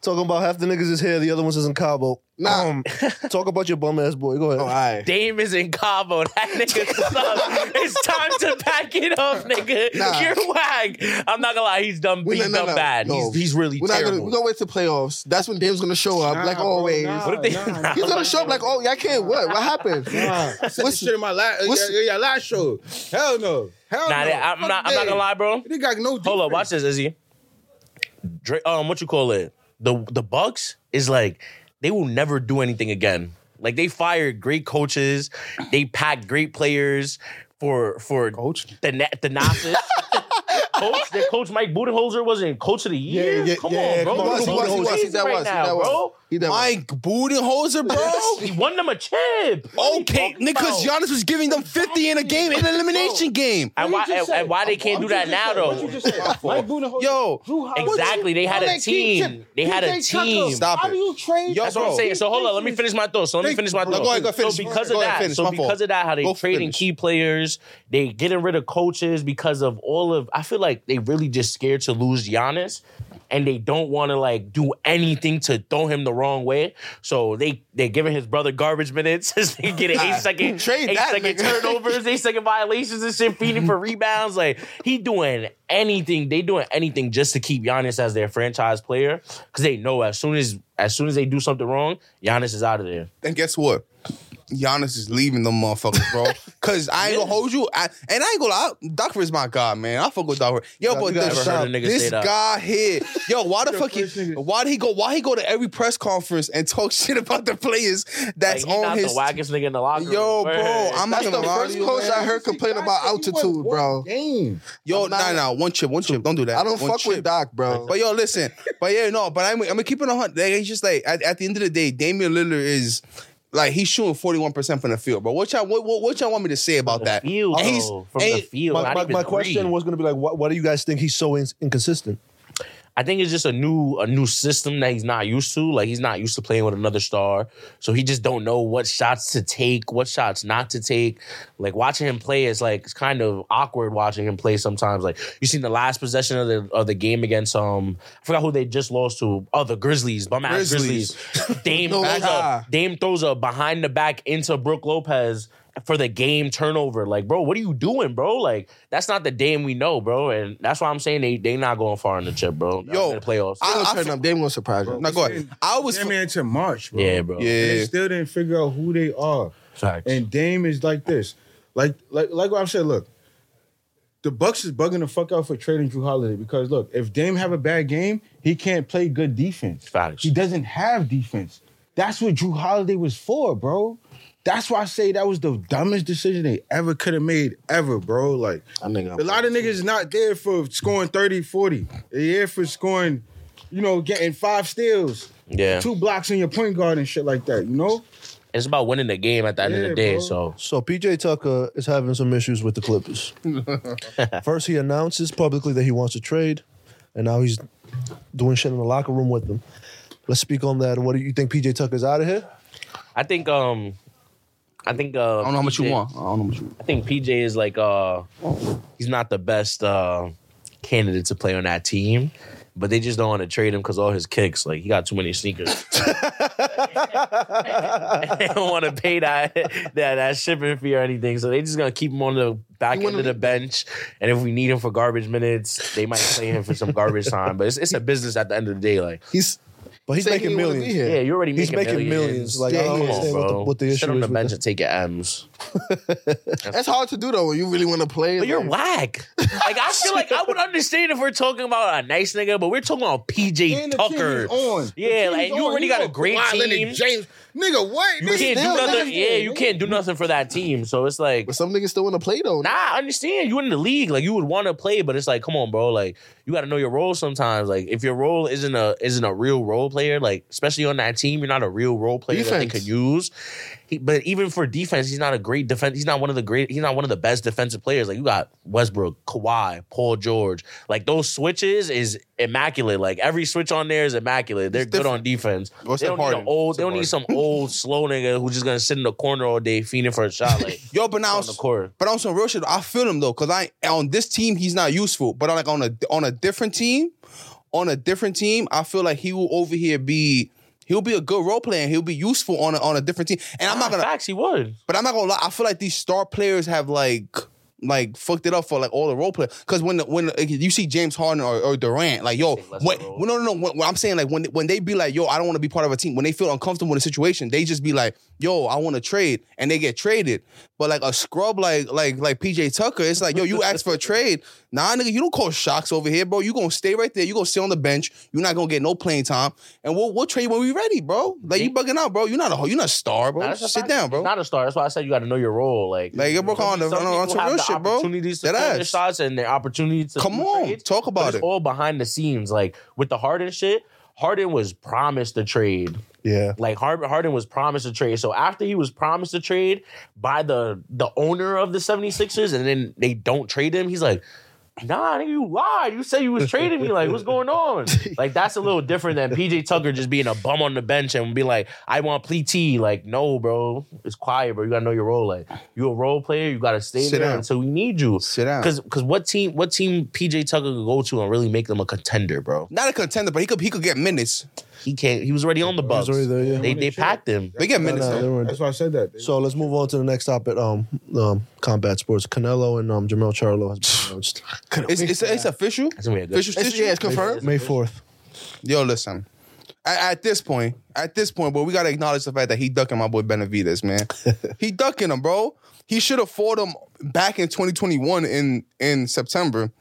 Talking about half the niggas is here, the other ones is in Cabo. Nah. Um, talk about your bum ass boy. Go ahead. Oh, all right. Dame is in Cabo. That nigga sucks. it's time to pack it up, nigga. Nah. You're whack. I'm not gonna lie. He's done. We- He's no, no, done no. bad. No. He's, he's really We're not terrible. gonna we're gonna wait till playoffs. That's when Dame's gonna show up, like Nah, bro, always. nah, What if they- nah, He's gonna show up like, oh, y'all can't. What? What happened? nah. I said this What's- shit in my last, yeah, what's- yeah, yeah, last show. Hell no. Hell Nah, no. that- I'm Fuck not. I'm not that. gonna lie, bro. They got no. Hold up, watch this, Izzy. Dra- um, what you call it? The the Bucks is like they will never do anything again. Like they fired great coaches, they packed great players for for coach the na- the Nazis. coach, their coach Mike Budenholzer wasn't coach of the year. Yeah, yeah, come yeah, on, bro. come He on, was, he Who was, he knows? was, he that Right was, he now, that was. bro. He that was. Mike Budenholzer, bro. He won them a chip. What are you Okay, talking because about? Giannis was giving them 50 in a game, in an elimination game. And why, and, and why they can't do that now What you though? just said? Mike Budenholzer, Yo, Drew Holiday, Exactly, they had a Alex team. Kidd, They had a PJ Tucker. team. Stop How it. do you trade? Yo, Yo, That's what I'm saying. So hold on, let me finish my thought. So let me finish my No, thought. go ahead, go finish. So because Go of ahead, that, finish. so My because fault. of that, how they Go trading finish. key players, they getting rid of coaches because of all of. I feel like they really just scared to lose Giannis, and they don't want to like do anything to throw him the wrong way. So they they giving his brother garbage minutes. they get Ah. an eight second trade eight that second nigga. turnovers, eight second violations and shit, feeding for rebounds. Like he doing anything. They doing anything just to keep Giannis as their franchise player because they know as soon as as soon as they do something wrong, Giannis is out of there. And guess what? Giannis is leaving them motherfuckers, bro. Cause I ain't gonna hold you. I, and I ain't gonna lie. Docker is my god, man. I fuck with Docker. Yo, but never this, heard a nigga this say that. guy here, yo, why the fuck? He, first nigga. why did he go? Why he go to every press conference and talk shit about the players that's Like, he on not his? the wackest nigga in the locker room. Yo, bro, Word. I'm not That's gonna the lie. first to you, coach man. I heard complain about altitude, bro. Game. Yo, I'm not- nah, nah, one chip, one chip. Don't do that. I don't One fuck chip. with Doc, bro. But yo, listen. But yeah, no. But I'm, I'm gonna keep it on. Like, it's just like at, at the end of the day, Damian Lillard is like he's shooting forty one percent from the field. But what y'all what, what, what y'all want me to say about that? Field, And he's- though, from and- the field. My, not my, even my three. question was going to be like, why, why do you guys think he's so in- inconsistent? I think it's just a new a new system that he's not used to. Like he's not used to playing with another star, so he just don't know what shots to take, what shots not to take. Like watching him play is like it's kind of awkward watching him play sometimes. Like you seen the last possession of the of the game against um I forgot who they just lost to. Oh, the Grizzlies, bum ass Grizzlies. Grizzlies. Dame No throws lie. a Dame throws a behind the back into Brooke Lopez. For the game turnover, like bro, what are you doing, bro? Like that's not the Dame we know, bro, and that's why I'm saying they they not going far in the chip, bro. Yo, in the playoffs. I, I- I I, turn fe- up. Dame gonna surprise you. Now go ahead. I was Damn near into March, bro. Yeah, bro. yeah. They still didn't figure out who they are. Facts. And Dame is like this. Like like like what I said, look. The Bucks is bugging the fuck out for trading Drew Holiday because look, if Dame have a bad game, he can't play good defense. Facts. He doesn't have defense. That's what Drew Holiday was for, bro. That's why I say that was the dumbest decision they ever could have made ever, bro. Like I nigga. a lot of niggas not there for scoring 30, 40. They're here for scoring, you know, getting five steals, Yeah. two blocks on your point guard and shit like that, you know? It's about winning the game at the end of Yeah, the day. bro. So So PJ Tucker is having some issues with the Clippers. First, he announces publicly that he wants to trade, and now he's doing shit in the locker room with them. Let's speak on that. What do you think? PJ Tucker's out of here. I think um I think uh I don't know how much you PJ want. I don't know how much you want. I think PJ is like uh he's not the best uh candidate to play on that team. But they just don't want to trade him because all his kicks, like he got too many sneakers. they don't want to pay that, that that shipping fee or anything, so they just gonna keep him on the back end of the bench. And if we need him for garbage minutes, they might play him for some garbage time. But it's, it's a business at the end of the day. Like, He's But he's saying making he didn't wanna millions. be here. yeah, you're already He's making, making millions. Like, I don't come understand on, what the- bro. what the Sit issue on is the with bench that. and take your M's. That's hard to do though when you really want to play. But you're like- whack. Like I feel like I would understand if we're talking about a nice nigga, but we're talking about PJ And the team Tucker. is on. The Yeah, team like you is on. already got a got great Kawhi Leonard, team. James, nigga, what? You Nigga, can't still, do nothing. niggas- Yeah, you can't do nothing for that team. So it's like, But some niggas still want to play though. nah, I understand you in the league. Like you would want to play, but it's like, come on, bro. Like you got to know your role sometimes. Like if your role isn't a isn't a real role player, like especially on that team, you're not a real role player that they Defense. could use. He, but even for defense, he's not a great defense. He's not one of the great. He's not one of the best defensive players. Like you got Westbrook, Kawhi, Paul George. Like those switches is immaculate. Like every switch on there is immaculate. They're good on defense. What's they that don't need Harden? an old. What's They that don't need some old slow nigga who's just gonna sit in the corner all day feeding for a shot. Like Yo, but now on the court. But on some real shit, I feel him though, cause I on this team he's not useful. But on like on a on a different team, on a different team, I feel like he will over here be he'll be a good role player and he'll be useful on a, on a different team. And I'm not gonna, Facts, he would. but I'm not gonna lie. I feel like these star players have like like fucked it up for like all the role players. Cause when the, when the, you see James Harden or, or Durant, like yo, Take less when, role. well, no no no, when, when I'm saying like when when they be like yo, I don't want to be part of a team. When they feel uncomfortable in a situation, they just be like yo, I want to trade, and they get traded. But like a scrub like like like PJ Tucker, it's like yo, you asked for a trade. Nah, nigga, you don't call shots over here, bro. You gonna stay right there. You gonna sit on the bench. You're not gonna get no playing time, and we'll we'll trade when we ready, bro. Like you bugging out, bro. You're not a you're not a star, bro. Nah, that's a Sit fact. down, bro. He's not a star. That's why I said you got to know your role. Like, Like, yo, bro, come on, some on- on- on people some have real the shit, bro. Opportunities to That that their ass. shots and their opportunities to Come do on, trades, talk but about it's it. All behind the scenes, like with the Harden shit. Harden was promised a trade. Yeah. Like Har- Harden was promised a trade. So after he was promised a trade by the the owner of the 76ers and then they don't trade him, he's like, nah, nigga, you lied. You said you was trading me. Like, what's going on? Like, that's a little different than PJ Tucker just being a bum on the bench and be like, I want plea T. Like, no, bro. It's quiet, bro. You gotta know your role. Like, you a role player, you gotta stay Sit there down. until we need you. Sit down. Cause cause what team what team PJ Tucker could go to and really make them a contender, bro? Not a contender, but he could he could get minutes. He can't he was already on the Bucks. already there, yeah. They they packed him. They get No, minutes. no, though. they weren't. That's why I said that. So let's move on to the next topic. Um, um, combat sports. Canelo and um, Jamel Charlo has been announced. it's, it's, it's official. That's gonna be a good- Official It's, situation. yeah, it's confirmed. May fourth. Yo, listen. At, at this point, at this point, but we gotta acknowledge the fact that he ducking my boy Benavides, man. he ducking him, bro. He should have fought him back in 2021 in in September.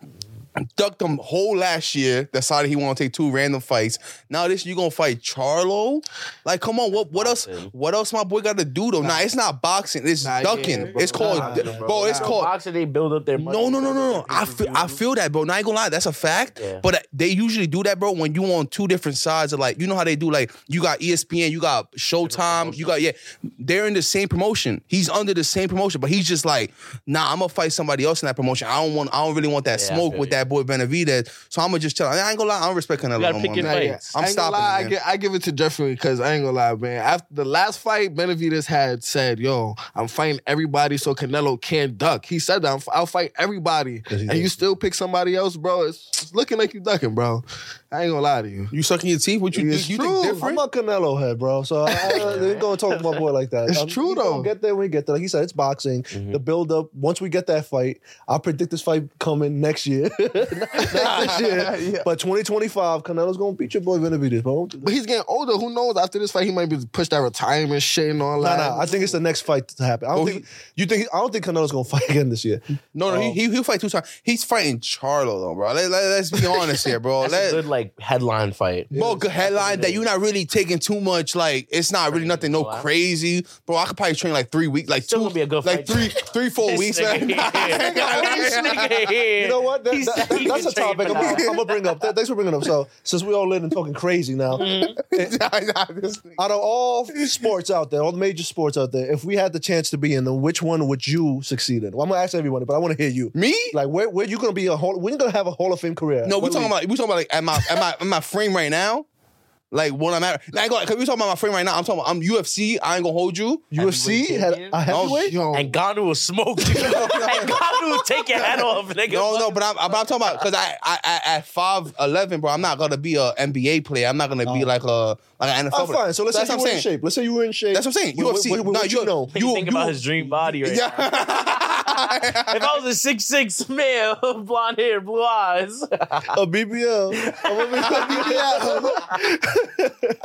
Ducked him whole last year. Decided he want to take two random fights. Now this you gonna fight Charlo? Like, come on, what what else? What else my boy got to do though? Nah, it's not boxing. It's Nah, yeah, ducking. bro. it's called, Nah, bro. It's Nah, called boxing. They build up their money. No, no, no, no, no. I feel, I feel that, bro. Not even gonna lie, that's a fact. Yeah. But uh, they usually do that, bro. When you on two different sides of like, you know how they do, like you got E ESPN, you got Showtime, you got yeah. They're in the same promotion. He's under the same promotion, but he's just like, nah, I'm gonna fight somebody else in that promotion. I don't want, I don't really want that Yeah, I smoke feel with you. that boy Benavidez. So I'm gonna just chill. I ain't gonna lie, I don't respect Canelo. You gotta no pick more, your man. fight. I'm I ain't gonna stopping Lie, it, I, man. give, I give it to Jeffrey because I ain't gonna lie, man. After the last fight, Benavides had said, "Yo, I'm fighting everybody so Canelo can't duck." He said that I'm, I'll fight everybody, and you still pick somebody else, bro. It's, it's looking like you ducking, bro. I ain't gonna lie to you. You sucking your teeth? What you, It's you, you true. think different? I'm a Canelo head, bro. So I, I ain't gonna talk to my boy like that. It's Um, true, we gonna though. Get there when we get there. Like he said, it's boxing. The build up. Once we get that fight, I predict this fight coming next year. Not this year, but 2025, Canelo's gonna beat your boy Benavidez, bro. But he's getting older. Who knows? After this fight, he might be pushed that retirement shit and all Nah, that. nah. I think it's the next fight to happen. I don't Oh, think you think. I don't think Canelo's gonna fight again this year. No, no, he, he he'll fight two times. He's fighting Charlo though, bro. Let, us be honest here, bro. That's Let- a good like headline fight. Bro, good headline that you're not really taking too much. Like it's not really nothing, no Go out. crazy, bro. I could probably train like three weeks, like Still two, gonna be a good like fight. three, three, four This weeks. nigga man. here. This nigga here. You know what? That- He's that- that- that's a topic I'm, I'm gonna bring up. Th- Thanks for bringing up. So since we all lit and talking crazy now, Mm-hmm. out of all sports out there, all the major sports out there, if we had the chance to be in them, which one would you succeed in? Well, I'm gonna ask everyone, but I want to hear you. Me? Like where where you gonna be a hall? When you gonna have a Hall of Fame career? No, we What talking league? about we talking about like at my at my at my frame right now. Like when I'm at, like, like we talking about my frame right now. I'm talking about I'm UFC. I ain't gonna hold you. UFC had a heavyweight. yo, And Ganu will smoke you. and Ganu will take your head off, nigga. No, no, but I'm, I'm talking about because I, I, I at five eleven, bro. I'm not gonna be a NBA player. I'm not gonna be like a like an NFL. Oh, player. fine. So let's that's say you what were I'm in saying. shape. Let's say you were in shape. That's what I'm saying. What- what- UFC. what- what Nah, you you- know. You think about his dream body right now. If I was a six six male, blonde hair, blue eyes, a BBL. I'm gonna be a BBL. Nah,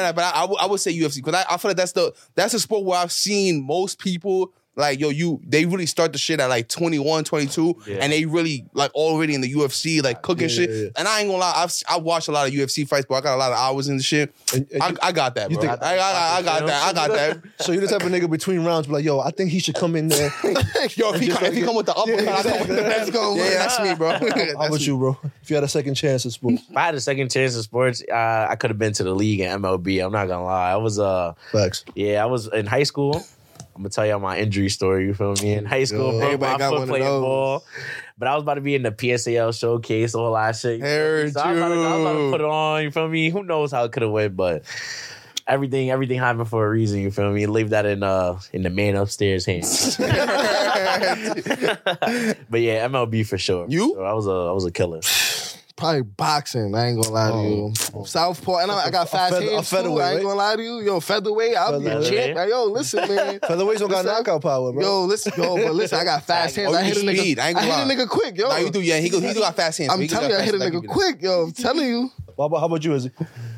nah, but I, I would- I would say UFC because I, I feel like that's the that's a sport where I've seen most people like yo you they really start the shit at like 21 22 and they really like already in the UFC like cooking shit yeah, yeah. and I ain't gonna lie I've s- I've watched a lot of UFC fights but I got a lot of hours in the shit and I, you- I got that you bro think- I, I, I got that I got that So you're the type of nigga between rounds, be like, yo, I think he should come in there. yo if he, come, if he come with the uppercut I come with the let's go. yeah, yeah that's me bro How That's about me. you, bro? If you had a second chance at sports, if I had a second chance in sports, uh, I could have been to the league and MLB. I'm not gonna lie. I was uh facts. yeah, I was in high school. I'm gonna tell y'all my injury story. You feel me? In high school, broke everybody my got foot one of playing those. ball, but I was about to be in the PSAL showcase, all that shit. you feel me? Heard so I was, about to, I was about to you. put it on. You feel me? Who knows how it could have went, but everything, everything happened for a reason. You feel me? Leave that in uh in the man upstairs hands. but yeah, MLB for sure. You? So I was a I was a killer. Probably boxing. I ain't gonna lie to you. Southpaw, and I, I got fast feather- a hands too. featherweight, I ain't right? gonna lie to you. Yo, featherweight, I'll be a Featherweight. champ. Now, Yo, listen, man. Featherweights don't got knockout power, bro. Yo, listen, yo, but listen, I got fast hands. Oh, I you hit a nigga. speed. I I, ain't gonna hit a lie. nigga quick, yo. Nah, you do yeah he go he do got fast hands I'm He do telling you, got I hit a fast- like, nigga quick, yo. I'm telling you. How about, how about you, Izzy?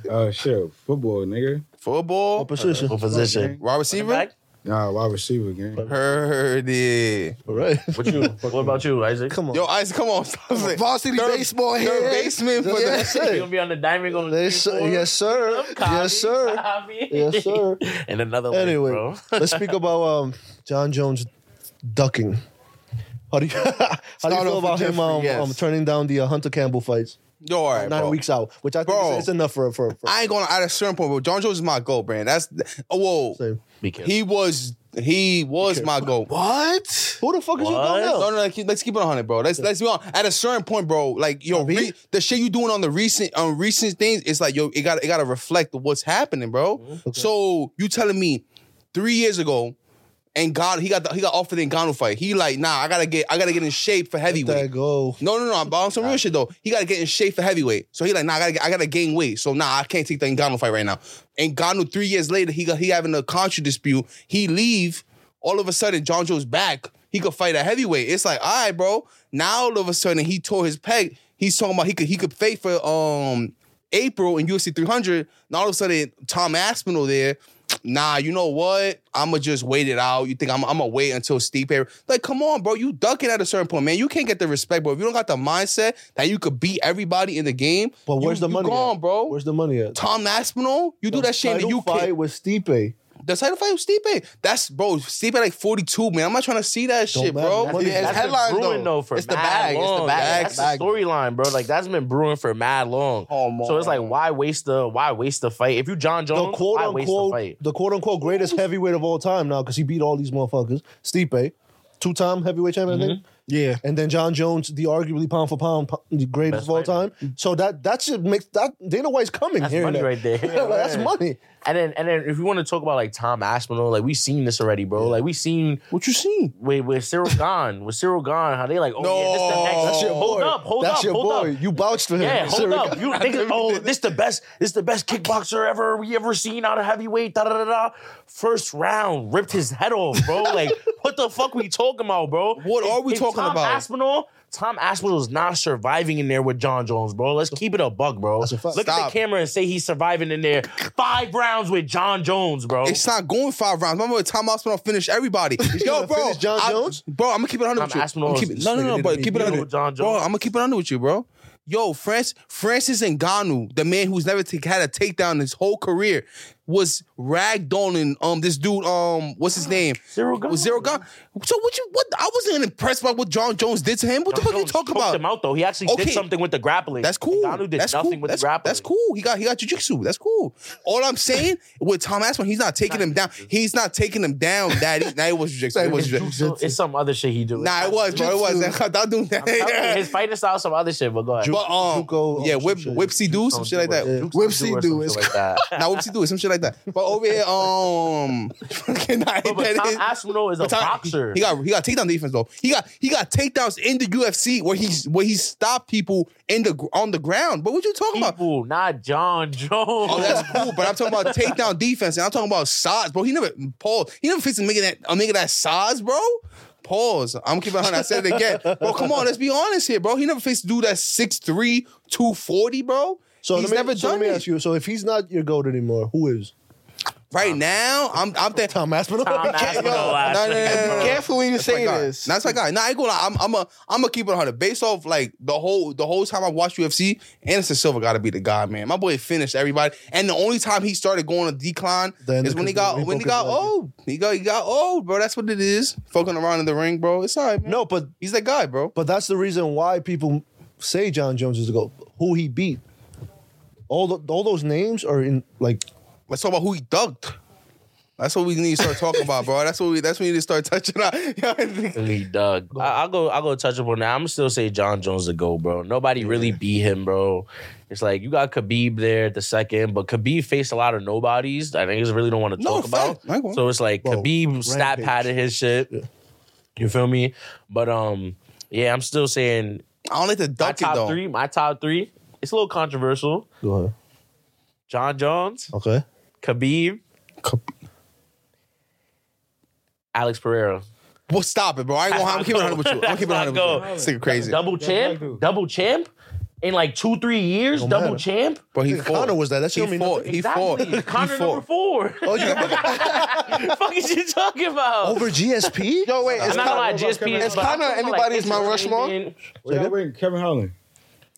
Oh shit, football, nigga. football Position. What position? wide receiver Back? Nah, wide receiver game. heard it. All right. What you? what about you, Isaac? Come on. Yo, Isaac, come on. Stop it. Varsity Third- baseball here. Third baseman for That's the it. You gonna be on the diamond? Gonna Yes, sir. Yes, sir. Yes, sir. Yes, sir. And another one, Anyway, bro. let's speak about um, John Jones ducking. How do you, how do you off feel with about him Jeffrey, um, yes. um, turning down the uh, Hunter Campbell fights Yo, all right, nine bro. weeks out, which I think Bro. is, it's enough for for. for I ain't gonna at a certain point, but John Jones is my goal, brand. That's oh whoa. same. Be careful. He was he was my goal. What? Who the fuck is your What? goal now? No, no, like, let's keep it hundred, bro. Let's let's be on. At a certain point, bro, like yo, re, the shit you doing on the recent on recent things, it's like yo, it got it got to reflect what's happening, bro. So you telling me three years ago, and God, he got the, he got offered the Ngannou fight. He like, nah, I gotta get I gotta get in shape for heavyweight. That goal. No, no, no. I'm on some real shit though. He gotta get in shape for heavyweight. So he like, nah, I gotta, I gotta gain weight. So nah, I can't take the Ngannou fight right now. Ngannou three years later, he got he having a contract dispute. He leave. All of a sudden, John Joe's back. He could fight a heavyweight. It's like, all right, bro. Now all of a sudden, he tore his peg. He's talking about he could he could fight for um April in UFC 300. Now all of a sudden, Tom Aspinall there. Nah, you know what? I'ma just wait it out. You think I'm, I'ma wait until Stipe? Like, come on, bro. You ducking at a certain point, man. You can't get the respect, bro. If you don't got the mindset that you could beat everybody in the game, But where's you, the you money? gone, at? bro. Where's the money at? Tom Aspinall? You do that shit in Title the UK. fight with Stipe. The title fight with Stipe. That's bro. Stipe like 42, man. I'm not trying to see that shit, matter. bro. That's Money has That's been headlines brewing though, though. for it's the mad bag. long. It's the bag. That's It's the the bag. storyline, bro. Like that's been brewing for mad long. Come so it's like, on. why waste the why waste the fight? If you John The Jones, quote why waste the unquote, fight? the quote unquote greatest heavyweight of all time now because he beat all these motherfuckers. Stipe, two time heavyweight champion, I Mm-hmm. think. Yeah. and then John Jones, the arguably pound for pound po- the greatest Best of all fighter. Mm-hmm. time. So that that should make that Dana White's coming That's here. money that. right there. Yeah, like, that's Yeah. money. And then and then if you want to talk about like Tom Aspinall, like we seen this already, bro. Like we seen What you seen? with, with Cyril Gone, with Cyril Gone, how they like, oh yeah, this the next. No. That's your hold boy. up, hold that's up, your hold boy. up. You vouched for him. Yeah, hold Sir, up. You think, oh, this the best, this the best kickboxer ever we ever seen out of heavyweight. Da da da da. First round, ripped his head off, bro. Like, what the fuck we talking about, bro? What are we talking Tom about? Aspinall. Tom Aspinall's not surviving in there with John Jones, bro. Let's keep it a buck, bro. a fact. Look at Stop. the camera and say he's surviving in there five rounds with John Jones, bro. It's not going five rounds. Remember when Tom Aspinall finished everybody. Yo, gonna bro. finish John I- Jones? Bro, I'm gonna keep it 100 with Tom you. Aspinall I'ma is- keep it- no, no, no, nigga bro. didn't Keep it beat 100. John Bro, Jones. I'm gonna keep it 100 with you, bro. Yo, France, Francis Ngannou, the man who's never take, had a takedown his whole career, was ragdolling um this dude um what's his name Zero Gun. Was Zero Gun. So what you what I wasn't impressed by what John Jones did to him. What the fuck Jones you talking choked about? Him out though. He actually Okay. did something with the grappling. That's cool. Ngannou did that's nothing cool. with that's, the grappling. That's cool. He got he got jujitsu. That's cool. All I'm saying with Tom Aspinall, he's not taking him down. He's not taking him down. That that was jujitsu. It was jujitsu. So it's some other shit he do. Nah, it was, bro. It was. Stop doing that. I'm telling you, His fighting style, some other shit. But go ahead. But um, Juco, um, yeah, whip, some shit. whipsy do some Don't shit like do it. that. Duke's don't Whipsy do it, do some is shit like that. Now whipsy do some shit like that. But over here, um, fucking, nah, But, but that Tom is- Aspinall is a But Tom- boxer. He got he got takedown defense though. He got he got takedowns in the UFC where he's where he stopped people in the gr- on the ground. But what you talking about? people, not John Jones. Oh, that's cool. But I'm talking about takedown defense, and I'm talking about size, bro. He never pause. He never fixing making that. I'm making that size, bro. Pause. I'm keeping on. I said it again, bro. Come on, let's be honest here, bro. He never faced a dude that's 6'3", 240, bro. So he's let me, never so done let me it. ask you. So if he's not your goat anymore, who is? Right now, I'm I'm thinking. Tom Aspinall. Tom Aspinall. No, no, no, no, no, no. Careful when you say my guy. this. That's my guy. Nah, I ain't gonna lie. I'm I'm a I'm gonna keep it hundred. Based off like the whole the whole time I watched UFC, Anderson Silva gotta be the guy, man. My boy finished everybody. And the only time he started going to decline Then is when he got because when he refocus got value. old. He got he got old, bro. That's what it is. Fucking around in the ring, bro. It's all right, man. No, but He's that guy, bro. but that's the reason why people say John Jones is the goat. Who he beat. All the, all those names are in like Let's talk about who he ducked. That's what we need to start talking about, bro. That's what we that's what we need to start touching on. Really, Doug. I, I'll go. I'll go touchable now. I'm still say John Jones to go, bro. Nobody really beat him, bro. It's like you got Khabib there at the second, but Khabib faced a lot of nobodies. that niggas really don't want to No, talk fact. I ain't about. gonna- So it's like Bro, Khabib stat rampage. padded his shit. You feel me? But um, yeah, I'm still saying I don't like to my duck it top though. three. My top three. It's a little controversial. go ahead. John Jones, Okay. Khabib, Alex Pereira. Well, stop it, bro. I ain't gonna. I'm keeping it 100 with you. I'm That's keeping it not 100 go. with you. This nigga crazy, Double I do. champ, double champ, in like two three years, Don't double matter. champ. bro. He fought. Connor was that. That He should mean fought. He fought. exactly. He Connor number fought. four. nothing. Oh, you the fuck is you talking about? over GSP? Yo, wait. I'm It's not gonna lie, kind of. GSP. Is but I'm Connor talking about, anybody's it's Mount the Rushmore? same thing. What y'all waiting? Kevin Holland.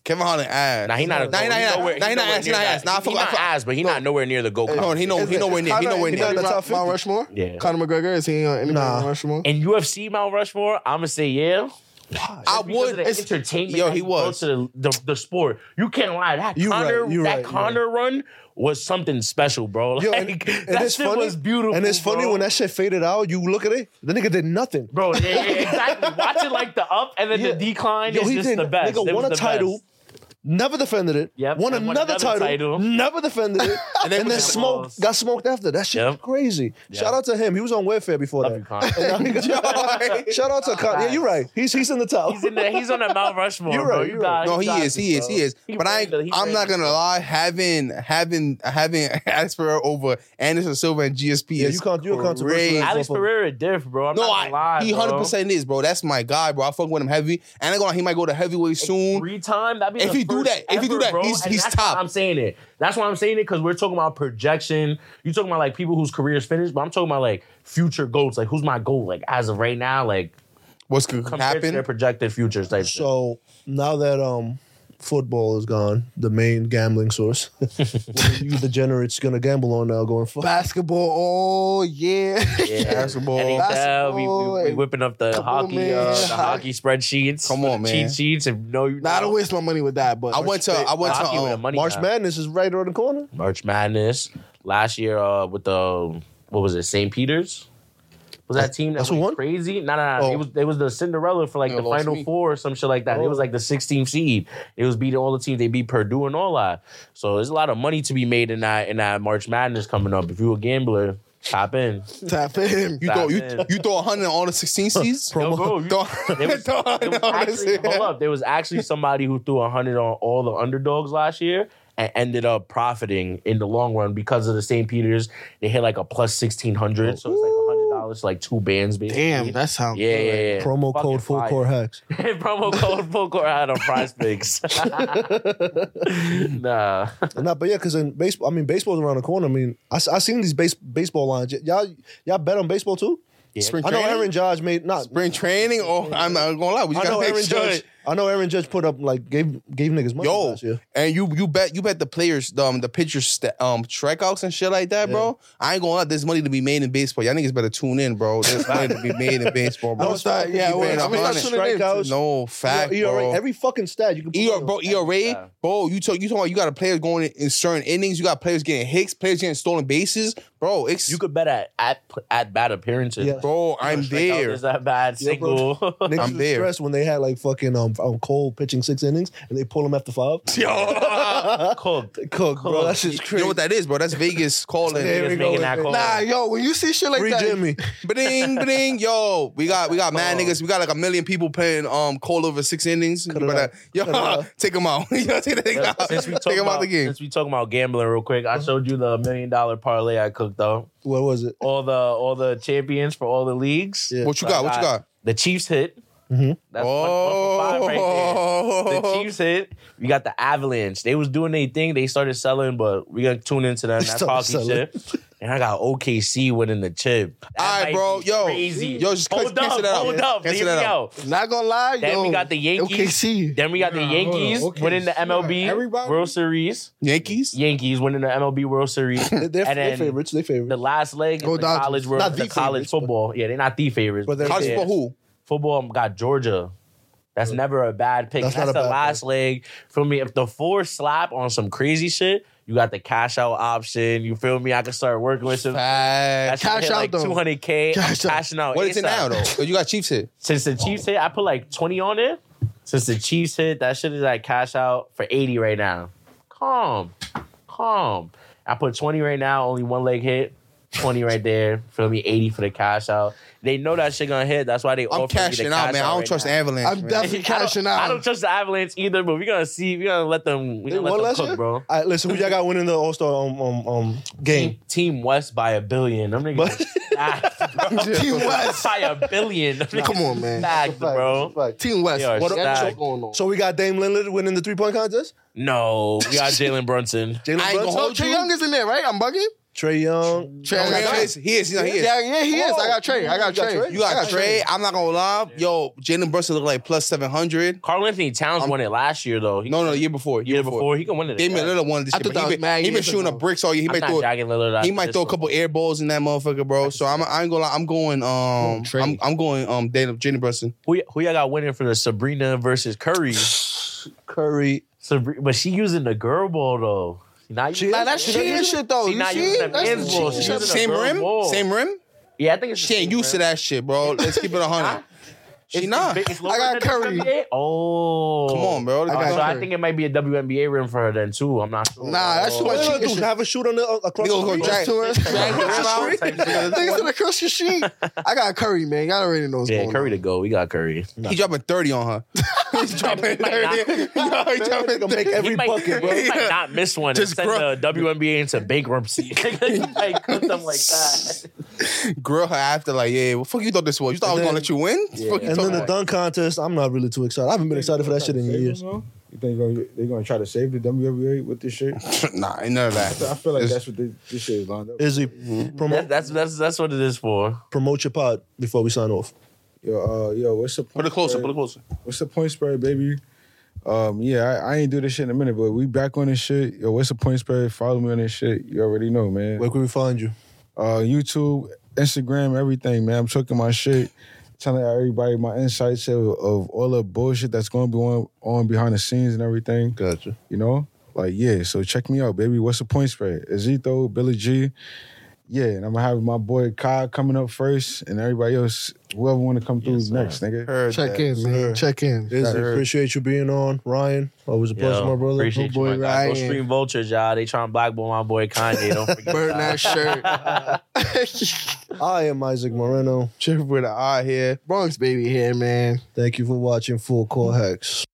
Kevin Holland ass. Nah, he not a Nah, he goat. not- he not- nowhere- nah, he not nowhere ass, he near not that. ass. Nah, I he fuck- I not fuck- ass, but he not nowhere near the goat. No, he know. He nowhere near. He nowhere near. He Mount, nowhere Mount, near. Rushmore. Yeah. Conor McGregor is he on any Nah. Mount Rushmore? And UFC Mount Rushmore, I'm gonna say yeah. I Because of would. the entertainment. Yo, that he brought was. to the, the, the sport. You can't lie. That You Connor, right, you that right, you Connor run was something special, bro. Like, Yo, and, and that it's shit funny. was beautiful. And it's funny bro. when that shit faded out. You look at it. The nigga did nothing. Bro, yeah, yeah, exactly. Watching like the up and then Yeah. the decline Yo, is he just did. the best. Nigga It won was a the title. best. Never defended it. Yep, Won and another, won another title, title. Never defended it. and then, put them smoked. balls. Got smoked after. That shit Yep. was crazy. Yeah. Shout out to him. He was on welfare before Love that. you, Connor. And now he- Shout out to Con. Yeah, you're right. He's he's in the top. He's in the, he's on the Mount Rushmore, You're bro. right, You you're got, right. No, he got is. this, He is. bro. He is. He But I. ran the- he I'm ran not the- gonna lie. Having having having Asper over Anderson Silva and GSP Yeah, is you can't- you're controversial. crazy. Alex Pereira diff, bro. I'm No, not I, gonna lie, he bro. hundred percent is, bro. That's my guy, bro. I fuck with him heavy, and I go. He might go to heavyweight soon. Three time, that'd be If the he do first that- if he do ever, that, bro, he's- and he's that's why top. I'm saying it. That's why I'm saying it because we're talking about projection. You talking about like people whose careers finished, but I'm talking about like future goals. Like who's my goal? Like as of right now, like What's gonna compared to their happen? projected futures type. shit. So now that um football is gone, the main gambling source, what are you degenerates gonna gamble on now going forward? Basketball all year. Yeah. Basketball. NHL, Basketball we, we, we and- whipping up the Come on, hockey, uh, man. the hockey spreadsheets. Come on, the man. Cheat sheets and no, you Nah, I don't waste my money with that. But I went to. I went to. hockey with a um, money March guy. Madness is right around the corner. March Madness last year uh, with the what was it St. Peter's was that team that That's was who won? crazy? No, no, no. Oh. It was it was the Cinderella for like Yeah, the lost Final me. Four or some shit like that. It Oh. was like the 16th seed. It was beating all the teams. They beat Purdue and all that. So there's a lot of money to be made in that in that March Madness coming up. If you a gambler, tap in. tap in. You throw you, Batman. you throw hundred on all the sixteen seeds. Yo, bro, you- Throw- There was, throw there 100 was on the actually, seeds. hold up. There was actually somebody who threw 100 on all the underdogs last year and ended up profiting in the long run because of the St. Peter's. They hit like a plus 1600. So it's like $100, like two bands, basically. Damn, that sounds Yeah, yeah, yeah. Promo Fucking code full fire. core hacks. Promo code full core out on prize picks. nah. Nah, but yeah, because in baseball, I mean, baseball's around the corner. I mean, I, s- I seen these base, baseball lines. Y- y'all, y'all bet on baseball too. Spring I know training? Aaron Judge made not. Spring training, or I'm not gonna lie, we I just know gotta Aaron make sure. Judge. I know Aaron Judge put up like gave gave niggas money Yo, last year. and you you bet you bet the players the, um the pitchers st- um strikeouts and shit like that, bro. I ain't gonna let there's money to be made in baseball. Y'all niggas better tune in, bro. There's money to be made in baseball, bro. Don't start- yeah, You I would. better I'm gonna run start it. tuning in. Strikeouts. No fact, ERA, bro. every fucking stat you can. put E ERA, on. bro, ERA, bro. You talk, you talking about you got players going in, in certain innings. You got players getting hicks, players getting stolen bases, bro. It's You could bet at at, at bad appearances. Yeah. Bro, bro. I'm there. Is that bad Yeah, single? bro. Niggas I'm was there. stressed when they had like fucking um, um Cole pitching six innings and they pull him after five. Cook. Cook, bro, that shit's Oh, You crazy. know what that is, bro? That's Vegas There calling. we Niggas go. making that call. Nah, yo, when you see shit like Free that, Jimmy. bling, bling, yo. We got we got Oh. mad niggas. We got like a million people playing um call over six innings. it You better- out. yo, Cut it out. take them out. yo, take them out. since we Take talk 'em about out the game. since we talking about gambling real quick, I showed you the million dollar parlay I cooked up. What was it? All the all the champions for all the leagues. Yeah. What you got? What you got? The Chiefs hit. That's one- one for five right there. The Mm-hmm. Oh, Chiefs hit. We got the Avalanche. They was doing their thing. They started selling, but we gonna tune into them. That's started hockey selling. shit. And I got OKC winning the chip. That All right, might bro. be Yo. crazy. Yo, just hold cancel up, that out. hold up. Cancel Hear that me out. out. not gonna lie, Then yo. we got the Yankees. OKC. Then we got Nah, the hold on. Yankees Okay, winning the sure. MLB Everybody- World Series. Yankees. Yankees winning the MLB World Series. They're, they're, and they're then favorites. They're the favorites. last leg is Go the Dodgers. college world, Not the, the college favorites, but- football. yeah, they're not the favorites. But they're- College Yeah. for who? Football um, got Georgia. That's never a bad pick. That's, That's not a the bad last leg. Feel me? If the four slap on some crazy shit, you got the cash out option. You feel me? I can start working with some. Facts. That shit Cash hit out, like though. two hundred k. Cash out. Cashing out. What is it ASAP. now though? 'Cause You got Chiefs hit. Since the Chiefs hit, I put like twenty on it. Since the Chiefs hit, that shit is like cash out for eighty right now. Calm, calm. I put twenty right now. Only one leg hit. Twenty right there. Feel me? Eighty for the cash out. They know that shit gonna hit. That's why they. I'm offer me the cashing out, cash man. I don't right trust now. Avalanche. I'm man. definitely cashing I don't, out. I don't trust the Avalanche either, but we're gonna see. We're gonna let them. We're They gonna let won them last cook, year. bro. All right, listen, who y'all got winning the All Star um, um, um, game? Team, Team West by a billion. Them niggas. stacked, bro. Team West. by a billion. Them Come niggas on, man. Stacked, bro. Fact. Team West. They are What stacked. up? going on? So we got Dame Lillard winning the three point contest. No, we got Jalen Brunson. Jalen I ain't gonna Brunson, oh, hold Trey you. Young is in there, right? I'm bugging. Trey Young. Trey, I Oh, got yeah, he Trey. is. He is. He is. He is. Yeah, yeah, he is. I got Trey. I Oh. got You got Trey. Trey? You I got Trey. I'm not gonna lie. Yo, Jalen Brunson look like plus seven hundred. Carl Anthony Towns won it last year though. He, No, no, the year before. Year, year before. before he can win it. Damian again. Lillard won this I year. but thought that He was been, mad he been years shooting ago. up bricks all year. He I'm might not throw. dragging Lillard. He after might this throw a one. couple air balls in that motherfucker, bro. So I'm, I ain't gonna lie. I'm going. Um, Trey. I'm, I'm going. Um, Jalen Jalen Brunson. Who, y- who y'all got winning for the Sabrina versus Curry? Curry. Sabrina, but she using the girl ball though. She not using- Nah, that's cheating shit though. She You not see? using them That's ends, the bro. cheating Oh, She shit. using Same the girl rim. ball. Same rim. Yeah, I think it's the She ain't same used to rim. that shit, bro. Let's keep it a hundred. She not. It's lower I got than the Curry. WNBA? Oh, Come on, bro. I got so I Curry. think it might be a WNBA rim for her then too. I'm not sure. Oh. Nah, that's too What you much cheating gonna do? shit. Have a shoot on the uh, across Nigga the street? gonna drag, to her. drag the rim out. Niggas in the cross your sheet. I got Curry, man. Y'all already know what's Yeah, going Curry on. to go. We got Curry. He dropping thirty on her. He's dropping thirty. No, he dropping Gonna make thirty. every bucket, bro. He might not miss one Just and grow- send the WNBA into bankruptcy. he might cook them like that. Grill her after like, yeah, what fuck you thought this was? You thought I was And gonna then- let you win? Fuck you And talking then the about? dunk contest. I'm not really too excited. I haven't been excited for that shit in years. You think they're gonna, they gonna try to save the WWA with this shit? nah, ain't none of that. I feel like It's- that's what this, this shit is lined up. Izzy, That- promote That's that's that's what it is for. promote your pod before we sign off. Yo, uh, yo, what's the point? Put it closer. spread? Put it closer. What's the point spread, baby? Um, yeah, I, I ain't do this shit in a minute, but we back on this shit. Yo, what's the point spread? Follow me on this shit. You already know, man. Where can we find you? uh, YouTube, Instagram, everything, man. I'm talking my shit, telling everybody my insights of, of all the bullshit that's going to be on, on behind the scenes and everything. Gotcha. You know, like yeah. So check me out, baby. What's the point spread? Azito, Billy G. Yeah, and I'm gonna have my boy Kai coming up first, and everybody else, whoever want to come through next, nigga. Heard Check that. in, Sure. man. Check in. Izzy, appreciate you being on. Ryan, always a pleasure, Yo, my brother. Appreciate boy, you, my guy. Go Ryan. stream vultures, y'all. They trying to blackball my boy Kanye. Don't forget Burn that shirt. I am Isaac Moreno. Chip with an eye here. Bronx baby here, man. Thank you for watching Full Core Hacks.